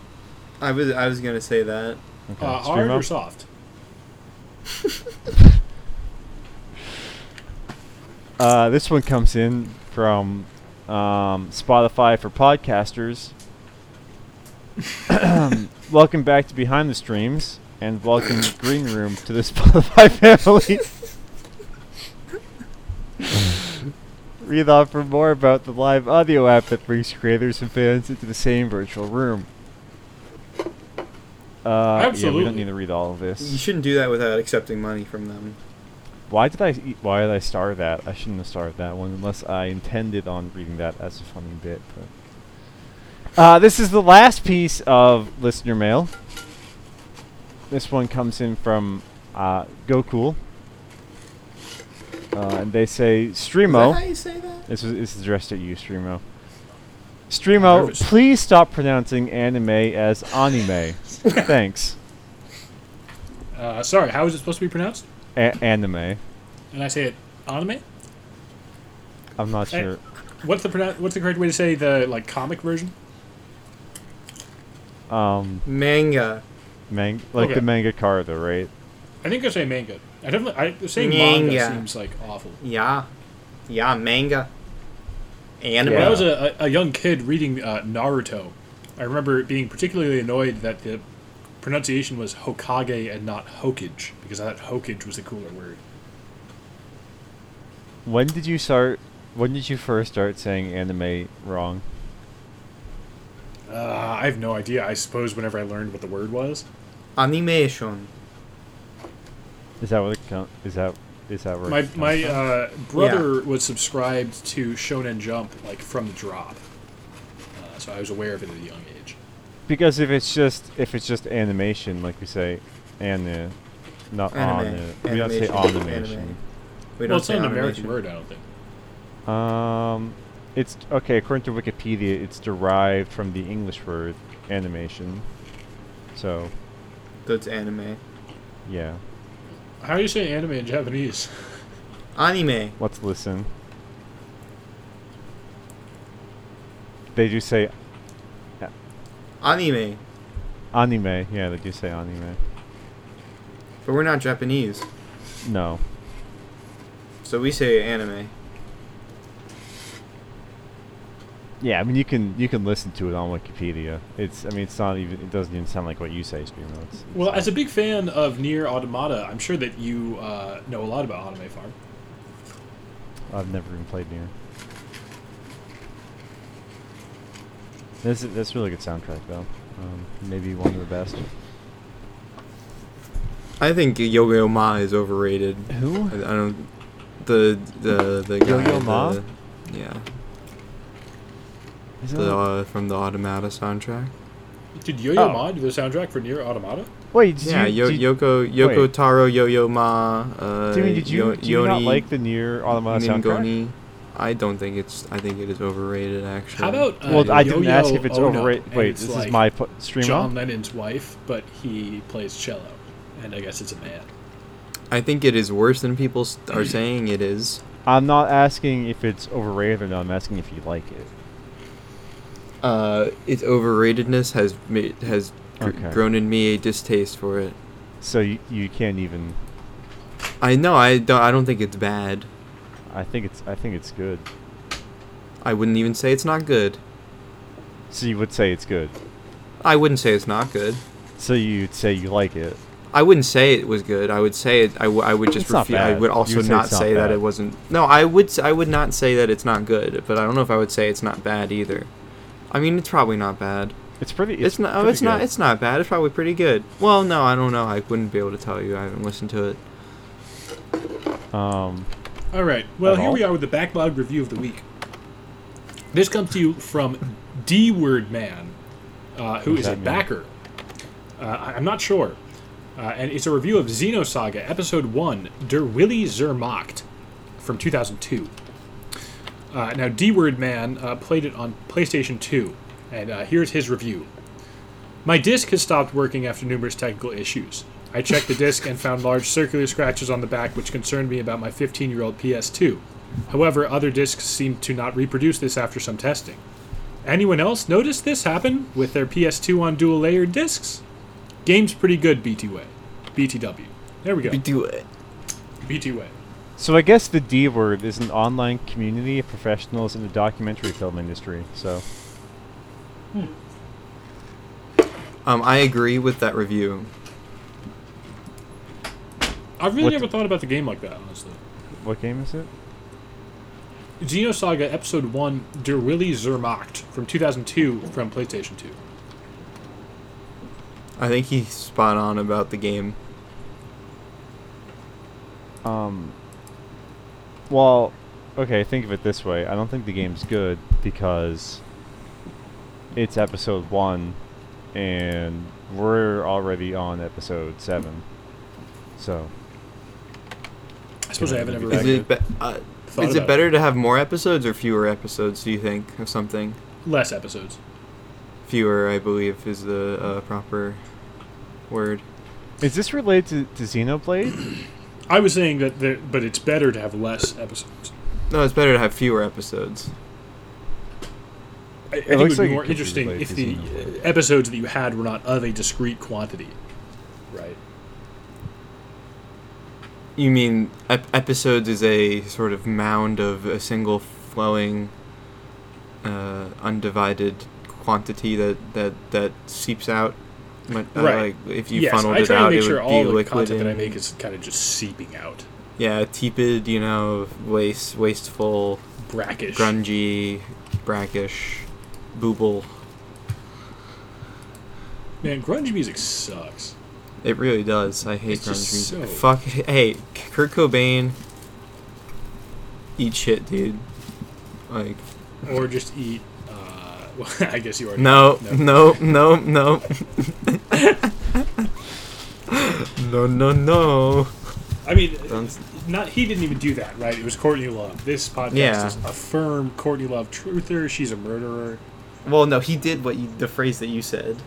[SPEAKER 3] i was i was gonna say that
[SPEAKER 1] Okay.
[SPEAKER 2] uh,
[SPEAKER 1] screw
[SPEAKER 2] hard
[SPEAKER 1] 'em
[SPEAKER 2] or
[SPEAKER 1] up.
[SPEAKER 2] soft?
[SPEAKER 1] Uh, this one comes in from um, Spotify for podcasters. welcome back to Behind the Streams, and welcome Green Room to the Spotify family. Read on for more about the live audio app that brings creators and fans into the same virtual room. Uh, Yeah, we
[SPEAKER 2] Absolutely.
[SPEAKER 1] don't need to read all of
[SPEAKER 3] you
[SPEAKER 1] this.
[SPEAKER 3] shouldn't do that without accepting money from them
[SPEAKER 1] Why did I? e- Why did I starve that? I shouldn't have starved that one unless I intended on reading that as a funny bit. But uh, this is the last piece of listener mail. This one comes in from uh, Goku, uh, and they say,
[SPEAKER 3] Is
[SPEAKER 1] "Streamo."
[SPEAKER 3] that how you say that
[SPEAKER 1] This is, this is addressed at you, Streamo.
[SPEAKER 2] I'm
[SPEAKER 1] Streamo,
[SPEAKER 2] nervous.
[SPEAKER 1] please stop pronouncing anime as anime. Thanks.
[SPEAKER 2] Uh, sorry, how is it supposed to be pronounced?
[SPEAKER 1] A- anime.
[SPEAKER 2] And I say it anime.
[SPEAKER 1] I'm not
[SPEAKER 2] Eh.
[SPEAKER 1] sure.
[SPEAKER 2] What's the pronoun- what's the correct way to say the like comic version?
[SPEAKER 1] Um,
[SPEAKER 3] manga
[SPEAKER 1] mang- like the
[SPEAKER 2] Okay.
[SPEAKER 1] manga car, though, right?
[SPEAKER 2] I think I say manga. I definitely I saying manga
[SPEAKER 3] Manga.
[SPEAKER 2] seems like awful.
[SPEAKER 3] yeah yeah manga anime
[SPEAKER 2] When I
[SPEAKER 1] Yeah.
[SPEAKER 2] was a, a, a young kid reading uh, Naruto, I remember being particularly annoyed that the pronunciation was Hokage and not Hokage because I thought Hokage was a cooler word.
[SPEAKER 1] When did you start? When did you first start saying anime wrong?
[SPEAKER 2] Uh, I have no idea. I suppose whenever I learned what the word was,
[SPEAKER 3] animation
[SPEAKER 1] Is that what it com- is that is that where it
[SPEAKER 2] my
[SPEAKER 1] comes
[SPEAKER 2] my
[SPEAKER 3] Uh-huh.
[SPEAKER 1] from?
[SPEAKER 2] uh, brother was subscribed to Shonen Jump like from the drop, uh, so I was aware of it at a young age.
[SPEAKER 1] because if it's just if it's just animation, like we say, anime, not
[SPEAKER 3] Anime.
[SPEAKER 1] anime. We don't say
[SPEAKER 3] Animation.
[SPEAKER 1] animation.
[SPEAKER 3] we don't
[SPEAKER 2] well, it's
[SPEAKER 3] say
[SPEAKER 2] not an
[SPEAKER 3] animation.
[SPEAKER 2] American word, I don't think.
[SPEAKER 1] Um, it's okay. According to Wikipedia, it's derived from the English word animation. So
[SPEAKER 3] That's anime.
[SPEAKER 1] yeah,
[SPEAKER 2] How do you say anime in Japanese?
[SPEAKER 3] Anime.
[SPEAKER 1] let's listen. They do say
[SPEAKER 3] Anime.
[SPEAKER 1] anime. Yeah, they do say anime.
[SPEAKER 3] But we're not Japanese,
[SPEAKER 1] No.
[SPEAKER 3] so we say anime.
[SPEAKER 1] Yeah, I mean you can you can listen to it on Wikipedia. It's I mean it's not even it doesn't even sound like what you say, Spino. It's, it's
[SPEAKER 2] Well, as a big fan of Near Automata, I'm sure that you uh, know a lot about Anime Farm.
[SPEAKER 1] I've never even played near. This is- that's a really good soundtrack though. Um, maybe one of the best.
[SPEAKER 3] I think Yo-Yo Ma is overrated.
[SPEAKER 1] Who?
[SPEAKER 3] I, I don't. The the the guy.
[SPEAKER 1] Yo-Yo Ma?
[SPEAKER 3] the- yeah.
[SPEAKER 1] Is it
[SPEAKER 3] The,
[SPEAKER 1] on-
[SPEAKER 3] uh, from the Automata soundtrack.
[SPEAKER 2] Did Yo-Yo
[SPEAKER 1] Oh.
[SPEAKER 2] Ma do the soundtrack for Near Automata?
[SPEAKER 1] Wait, did
[SPEAKER 3] yeah,
[SPEAKER 1] you,
[SPEAKER 3] Yo-
[SPEAKER 1] did,
[SPEAKER 3] Yoko Yoko
[SPEAKER 1] wait.
[SPEAKER 3] Taro Yo-Yo Ma. Uh,
[SPEAKER 1] Timmy, did you,
[SPEAKER 3] Yo-
[SPEAKER 1] do you not
[SPEAKER 3] Yoni
[SPEAKER 1] like the near automata soundtrack?
[SPEAKER 3] Ningoni. I don't think it's. I think it is overrated. Actually.
[SPEAKER 2] How about uh,
[SPEAKER 1] Well, I didn't
[SPEAKER 2] Yo-Yo
[SPEAKER 1] ask if it's
[SPEAKER 2] Ono,
[SPEAKER 1] overrated.
[SPEAKER 2] and
[SPEAKER 1] Wait,
[SPEAKER 2] it's
[SPEAKER 1] this
[SPEAKER 2] like
[SPEAKER 1] is my pu- stream.
[SPEAKER 2] John
[SPEAKER 1] up?
[SPEAKER 2] Lennon's wife, but he plays cello, and I guess it's a man.
[SPEAKER 3] I think it is worse than people s- are saying it is.
[SPEAKER 1] I'm not asking if it's overrated or not. I'm asking if you like it.
[SPEAKER 3] Uh, its overratedness has made has gr-
[SPEAKER 1] Okay.
[SPEAKER 3] grown in me a distaste for it.
[SPEAKER 1] So you, you can't even.
[SPEAKER 3] I know. I don't. I don't think it's bad.
[SPEAKER 1] I think it's I think it's good.
[SPEAKER 3] I wouldn't even say it's not good.
[SPEAKER 1] So you would say it's good.
[SPEAKER 3] I wouldn't say it's not good.
[SPEAKER 1] So you'd say you like it.
[SPEAKER 3] I wouldn't say it was good. I would say it. I, w- I would just
[SPEAKER 1] It's not
[SPEAKER 3] refuse. I
[SPEAKER 1] bad.
[SPEAKER 3] would
[SPEAKER 1] You
[SPEAKER 3] also
[SPEAKER 1] would say
[SPEAKER 3] not
[SPEAKER 1] it's not
[SPEAKER 3] say that
[SPEAKER 1] bad.
[SPEAKER 3] it wasn't. No, I would. s- I would not say that it's not good. But I don't know if I would say it's not bad either. I mean, it's probably not bad.
[SPEAKER 1] It's pretty.
[SPEAKER 3] It's,
[SPEAKER 1] It's,
[SPEAKER 3] not. Oh,
[SPEAKER 1] pretty
[SPEAKER 3] it's not.
[SPEAKER 1] good.
[SPEAKER 3] It's not bad. It's probably pretty good. Well, no, I don't know. I wouldn't be able to tell you. I haven't listened to it.
[SPEAKER 1] Um.
[SPEAKER 2] All right. Well,
[SPEAKER 1] At
[SPEAKER 2] here
[SPEAKER 1] all?
[SPEAKER 2] we are with the backlog review of the week. This comes to you from D Word Man, uh, who
[SPEAKER 1] What's
[SPEAKER 2] is
[SPEAKER 1] that
[SPEAKER 2] a
[SPEAKER 1] mean?
[SPEAKER 2] backer. Uh, I- I'm not sure. Uh, and it's a review of Xenosaga, Episode 1, Der Willy Zermacht, from 2002. Uh, now, D Word Man uh, played it on PlayStation 2, and uh, here's his review. My disc has stopped working after numerous technical issues. I checked the disc and found large circular scratches on the back, which concerned me about my 15 year old PS2. However, other discs seemed to not reproduce this after some testing. Anyone else notice this happen with their PS2 on dual layered discs? Game's pretty good, BTW. BTW. There we go.
[SPEAKER 3] do it.
[SPEAKER 2] BTW.
[SPEAKER 1] So I guess the D word is an online community of professionals in the documentary film industry. So
[SPEAKER 3] Um, I agree with that review.
[SPEAKER 2] I've really
[SPEAKER 1] What
[SPEAKER 2] never thought about the game like that, honestly.
[SPEAKER 1] what game is it?
[SPEAKER 2] Xenosaga Episode 1 Der Willy Zermacht from 2002 from PlayStation 2.
[SPEAKER 3] I think he's spot on about the game.
[SPEAKER 1] Um. Well, okay. Think of it this way. I don't think the game's good because it's episode one, and we're already on episode seven. So
[SPEAKER 2] I suppose I haven't ever
[SPEAKER 3] Is
[SPEAKER 1] Is
[SPEAKER 3] it,
[SPEAKER 2] read
[SPEAKER 1] it
[SPEAKER 3] be- uh,
[SPEAKER 2] Thought
[SPEAKER 3] is
[SPEAKER 2] about
[SPEAKER 3] it
[SPEAKER 2] it.
[SPEAKER 3] better to have more episodes or fewer episodes? Do you think of something?
[SPEAKER 2] less episodes.
[SPEAKER 3] Fewer, I believe, is the uh, proper word.
[SPEAKER 1] is this related to, to Xenoblade?
[SPEAKER 2] I was saying that, there, but it's better to have less episodes.
[SPEAKER 3] No, it's better to have fewer episodes.
[SPEAKER 2] I, I think it would
[SPEAKER 1] looks
[SPEAKER 2] be
[SPEAKER 1] like it
[SPEAKER 2] more
[SPEAKER 1] could be
[SPEAKER 2] interesting
[SPEAKER 1] related
[SPEAKER 2] if
[SPEAKER 1] to
[SPEAKER 2] the
[SPEAKER 1] Xenoblade.
[SPEAKER 2] uh, episodes that you had were not of a discrete quantity. Right.
[SPEAKER 3] You mean ep- episodes is a sort of mound of a single flowing, uh, undivided quantity that that that seeps out. Like, uh,
[SPEAKER 2] Right.
[SPEAKER 3] Like if you
[SPEAKER 2] yes,
[SPEAKER 3] funneled
[SPEAKER 2] I
[SPEAKER 3] it
[SPEAKER 2] try
[SPEAKER 3] out,
[SPEAKER 2] and make
[SPEAKER 3] it
[SPEAKER 2] sure
[SPEAKER 3] would be
[SPEAKER 2] all the
[SPEAKER 3] liquid.
[SPEAKER 2] content that I
[SPEAKER 3] and-
[SPEAKER 2] make is kind of just seeping out,
[SPEAKER 3] yeah, tepid. You know, waste, wasteful.
[SPEAKER 2] brackish.
[SPEAKER 3] grungy, brackish, booble.
[SPEAKER 2] Man, grunge music sucks.
[SPEAKER 3] It really does. I hate
[SPEAKER 2] It's
[SPEAKER 3] grunge
[SPEAKER 2] just
[SPEAKER 3] music.
[SPEAKER 2] so-
[SPEAKER 3] Fuck. Hey, Kurt Cobain. Eat shit, dude. Like
[SPEAKER 2] Or just eat. Uh, well, I guess you already.
[SPEAKER 3] no,
[SPEAKER 2] No.
[SPEAKER 3] no, no, no. no, no, no.
[SPEAKER 2] I mean,
[SPEAKER 3] Don't-
[SPEAKER 2] not he didn't even do that, right? It was Courtney Love. This podcast
[SPEAKER 3] Yeah.
[SPEAKER 2] is a firm Courtney Love truther. She's a murderer.
[SPEAKER 3] Well, no, he did what you, the phrase that you said.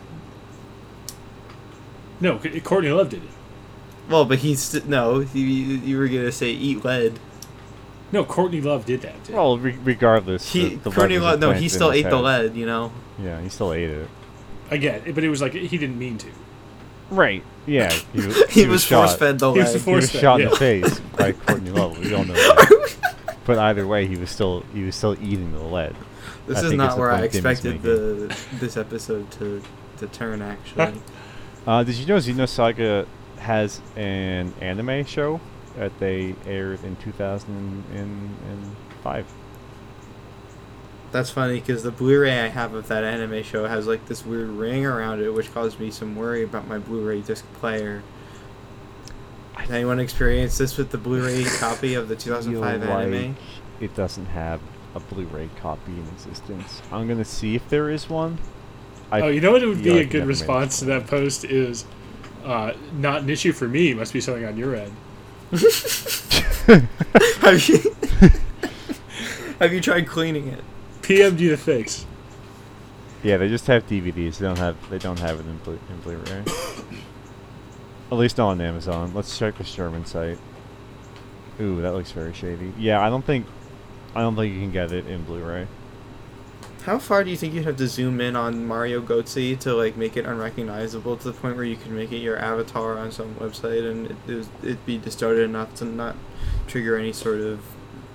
[SPEAKER 2] No, C- Courtney Love did it.
[SPEAKER 3] Well, but he's st- no. You, you were gonna say eat lead.
[SPEAKER 2] No, Courtney Love did that. Too.
[SPEAKER 1] Well, re- regardless,
[SPEAKER 3] He
[SPEAKER 1] the, the
[SPEAKER 3] Courtney
[SPEAKER 1] lead was
[SPEAKER 3] Love. No,
[SPEAKER 1] implanted
[SPEAKER 3] he
[SPEAKER 1] in
[SPEAKER 3] still
[SPEAKER 1] his
[SPEAKER 3] ate the
[SPEAKER 1] head.
[SPEAKER 3] lead. You know.
[SPEAKER 1] Yeah, he still ate it.
[SPEAKER 2] I get it, but it was like he didn't mean to.
[SPEAKER 1] Right. Yeah. He, w-
[SPEAKER 3] He, was,
[SPEAKER 1] shot.
[SPEAKER 3] force fed the
[SPEAKER 2] He was
[SPEAKER 1] He
[SPEAKER 3] lead.
[SPEAKER 2] Force
[SPEAKER 1] was
[SPEAKER 2] fed,
[SPEAKER 1] shot in
[SPEAKER 2] yeah.
[SPEAKER 1] the face by Courtney Love. We all know that. But either way, he was still he was still eating the lead.
[SPEAKER 3] This
[SPEAKER 1] I
[SPEAKER 3] is
[SPEAKER 1] think it's
[SPEAKER 3] not
[SPEAKER 1] the
[SPEAKER 3] where I
[SPEAKER 1] point Jimmy's
[SPEAKER 3] expected
[SPEAKER 1] making.
[SPEAKER 3] the this episode to to turn. Actually,
[SPEAKER 1] Uh, did you know Xenosaga has an anime show that they aired in 2005?
[SPEAKER 3] that's funny because the Blu-ray I have of that anime show has like this weird ring around it, which caused me some worry about my Blu-ray disc player. Has anyone experienced this with the Blu-ray copy of the 2005
[SPEAKER 1] Feel
[SPEAKER 3] anime?
[SPEAKER 1] like It doesn't have a Blu-ray copy in existence. I'm gonna see if there is one. I,
[SPEAKER 2] oh, you know what would
[SPEAKER 1] yeah,
[SPEAKER 2] be
[SPEAKER 1] I
[SPEAKER 2] a
[SPEAKER 1] think
[SPEAKER 2] good
[SPEAKER 1] I've made it
[SPEAKER 2] response to that post is uh, not an issue for me. Must be something on your end.
[SPEAKER 3] have you have you tried cleaning it?
[SPEAKER 2] PMD the face.
[SPEAKER 1] yeah, they just have DVDs. They don't have they don't have it in, Blu- in Blu-ray. At least not on Amazon. Let's check the Sherman site. Ooh, that looks very shady. Yeah, I don't think I don't think you can get it in Blu-ray.
[SPEAKER 3] How far do you think you'd have to zoom in on Mario Goatse to like make it unrecognizable to the point where you could make it your avatar on some website and it, it was- it'd be distorted enough to not trigger any sort of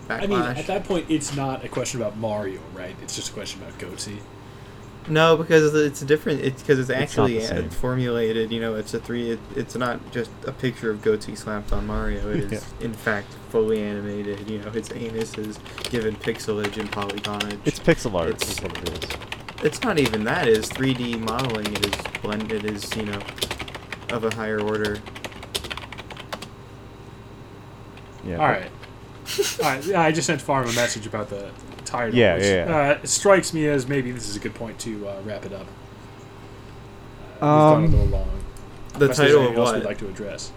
[SPEAKER 3] backlash?
[SPEAKER 2] I mean, at that point, it's not a question about Mario, right? It's just a question about Goatsy.
[SPEAKER 3] no, because it's a different. It's because it's
[SPEAKER 1] not
[SPEAKER 3] actually
[SPEAKER 1] the same.
[SPEAKER 3] uh, formulated. You know, it's a three. It, it's not just a picture of Goatse slapped on Mario. It is in fact fully animated. You know, its anus is given pixelage and polygonage.
[SPEAKER 1] It's pixel art.
[SPEAKER 3] It's-
[SPEAKER 1] is what it is.
[SPEAKER 3] It's not even that. It is 3D modeling. It is blend. It is you know, of a higher order.
[SPEAKER 1] Yeah.
[SPEAKER 2] All right. All right. yeah, I just sent Farm a message about the tire.
[SPEAKER 1] Yeah,
[SPEAKER 2] which,
[SPEAKER 1] yeah, yeah.
[SPEAKER 2] Uh, it strikes me as maybe this is a good point to uh, wrap it up. We've gone a
[SPEAKER 1] Um,
[SPEAKER 2] little long.
[SPEAKER 3] The
[SPEAKER 2] Unless there's
[SPEAKER 3] title of
[SPEAKER 2] anything else
[SPEAKER 3] what?
[SPEAKER 2] we'd like to address.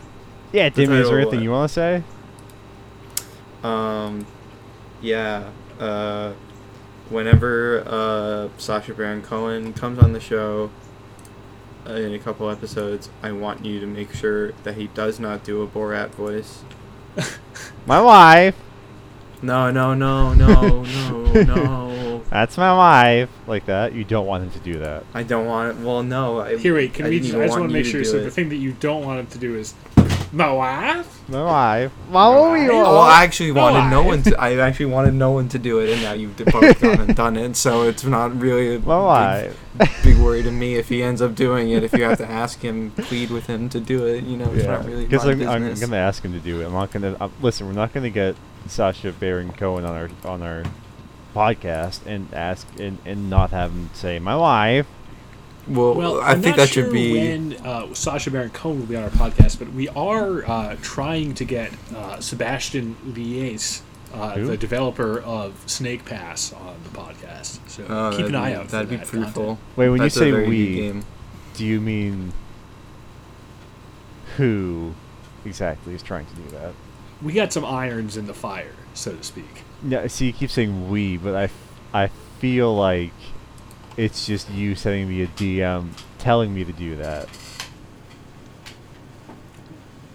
[SPEAKER 1] yeah,
[SPEAKER 3] the
[SPEAKER 1] Demi, is there
[SPEAKER 3] title
[SPEAKER 1] anything
[SPEAKER 3] what?
[SPEAKER 1] you want to say?
[SPEAKER 3] Um, yeah. Uh, whenever uh Sasha Baron Cohen comes on the show, uh, in a couple episodes, I want you to make sure that he does not do a Borat voice.
[SPEAKER 1] My wife.
[SPEAKER 3] No, no, no, no, no, no.
[SPEAKER 1] That's my wife. Like that. You don't want him to do that.
[SPEAKER 3] I don't want it. Well, no. I,
[SPEAKER 2] Here, wait. Can
[SPEAKER 3] I
[SPEAKER 2] we?
[SPEAKER 3] didn't
[SPEAKER 2] Just,
[SPEAKER 3] even
[SPEAKER 2] I just
[SPEAKER 3] want
[SPEAKER 2] want to
[SPEAKER 3] you
[SPEAKER 2] make sure.
[SPEAKER 3] do
[SPEAKER 2] So
[SPEAKER 3] it.
[SPEAKER 2] the thing that you don't want him to do is my wife.
[SPEAKER 1] My wife. My wife.
[SPEAKER 3] Oh, I actually wanted no
[SPEAKER 2] I-
[SPEAKER 3] one. To, I actually wanted no one to do it, and now you've both gone and done it. So it's not really a
[SPEAKER 1] my
[SPEAKER 3] big,
[SPEAKER 1] wife.
[SPEAKER 3] big worry to me if he ends up doing it. If you have to ask him, plead with him to do it. You know, it's
[SPEAKER 1] Yeah,
[SPEAKER 3] not really
[SPEAKER 1] because
[SPEAKER 3] my
[SPEAKER 1] I'm, I'm
[SPEAKER 3] business.
[SPEAKER 1] gonna ask him to do it. I'm not gonna uh, listen. We're not gonna get Sasha Baron Cohen on our on our podcast and ask and, and not have him say my wife.
[SPEAKER 3] Well,
[SPEAKER 2] Well,
[SPEAKER 3] I
[SPEAKER 2] I'm
[SPEAKER 3] think
[SPEAKER 2] not
[SPEAKER 3] that should
[SPEAKER 2] sure
[SPEAKER 3] be.
[SPEAKER 2] when uh, Sasha Baron Cohen will be on our podcast, but we are uh, trying to get uh, Sebastian Lies, uh,
[SPEAKER 1] Who?
[SPEAKER 2] the developer of Snake Pass, on the podcast. So
[SPEAKER 3] Oh,
[SPEAKER 2] keep an
[SPEAKER 3] that'd
[SPEAKER 2] eye
[SPEAKER 3] be-
[SPEAKER 2] out.
[SPEAKER 3] That'd
[SPEAKER 2] for
[SPEAKER 3] be
[SPEAKER 2] that
[SPEAKER 3] fruitful.
[SPEAKER 2] content.
[SPEAKER 1] Wait, when
[SPEAKER 3] That's a
[SPEAKER 1] you say
[SPEAKER 3] very good
[SPEAKER 1] we,
[SPEAKER 3] game.
[SPEAKER 1] do you mean who exactly is trying to do that?
[SPEAKER 2] We got some irons in the fire, so to speak.
[SPEAKER 1] Yeah, see, you keep saying we, but I, f- I feel like it's just you sending me a DM telling me to do that.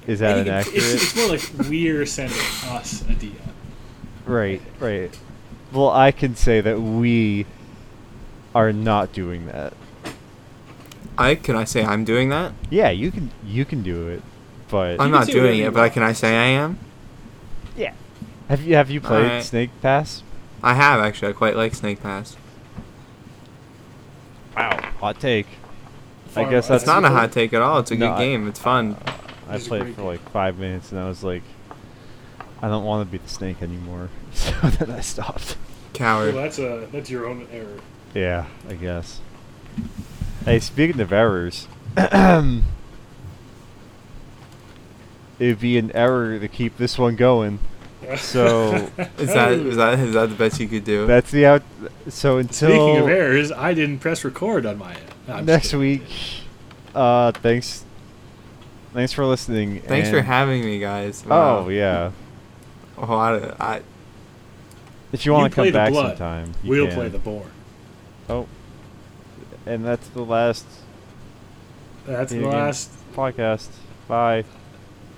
[SPEAKER 1] Is that
[SPEAKER 2] And you can- it's,
[SPEAKER 1] inaccurate?
[SPEAKER 2] it's more like we're sending us a DM.
[SPEAKER 1] right, right. Well, I can say that we are not doing that.
[SPEAKER 3] I can I say I'm doing that?
[SPEAKER 1] Yeah, you can you can do it, but
[SPEAKER 3] I'm
[SPEAKER 2] can
[SPEAKER 3] not
[SPEAKER 2] say
[SPEAKER 3] doing
[SPEAKER 2] whatever you
[SPEAKER 3] it, but
[SPEAKER 2] want.
[SPEAKER 3] can I say I am?
[SPEAKER 1] yeah. Have you have you played
[SPEAKER 3] Alright.
[SPEAKER 1] Snake Pass?
[SPEAKER 3] I have actually. I quite like Snake Pass.
[SPEAKER 1] Wow, hot take.
[SPEAKER 2] Farm
[SPEAKER 1] guess
[SPEAKER 2] us.
[SPEAKER 1] that's-
[SPEAKER 3] It's not a hot take at all. It's a
[SPEAKER 1] No,
[SPEAKER 3] good
[SPEAKER 1] I-
[SPEAKER 3] game. It's fun.
[SPEAKER 1] I
[SPEAKER 2] It's a
[SPEAKER 1] played
[SPEAKER 2] great
[SPEAKER 1] for
[SPEAKER 2] game.
[SPEAKER 1] like five minutes and I was like, I don't want to be the snake anymore. So then I stopped.
[SPEAKER 2] Well,
[SPEAKER 3] Coward.
[SPEAKER 2] that's a that's your own error.
[SPEAKER 1] Yeah, I guess. Hey, speaking of errors, it'd be an error to keep this one going. So
[SPEAKER 3] Is that is that is that the best you could do?
[SPEAKER 1] that's the out. So until
[SPEAKER 2] Speaking of errors, I didn't press record on my end. No, I'm just
[SPEAKER 1] next
[SPEAKER 2] kidding.
[SPEAKER 1] week, uh, thanks. Thanks for listening.
[SPEAKER 3] Thanks for
[SPEAKER 1] and-
[SPEAKER 3] having me, guys.
[SPEAKER 1] Oh
[SPEAKER 3] Wow.
[SPEAKER 1] yeah.
[SPEAKER 3] A lot of- I,
[SPEAKER 1] If you
[SPEAKER 2] You
[SPEAKER 1] want to
[SPEAKER 2] play
[SPEAKER 1] come
[SPEAKER 2] the
[SPEAKER 1] back
[SPEAKER 2] blood.
[SPEAKER 1] sometime, you
[SPEAKER 2] We'll
[SPEAKER 1] can.
[SPEAKER 2] play the born.
[SPEAKER 1] Oh, and that's the last
[SPEAKER 2] That's the
[SPEAKER 1] Video games.
[SPEAKER 2] last
[SPEAKER 1] podcast. Bye.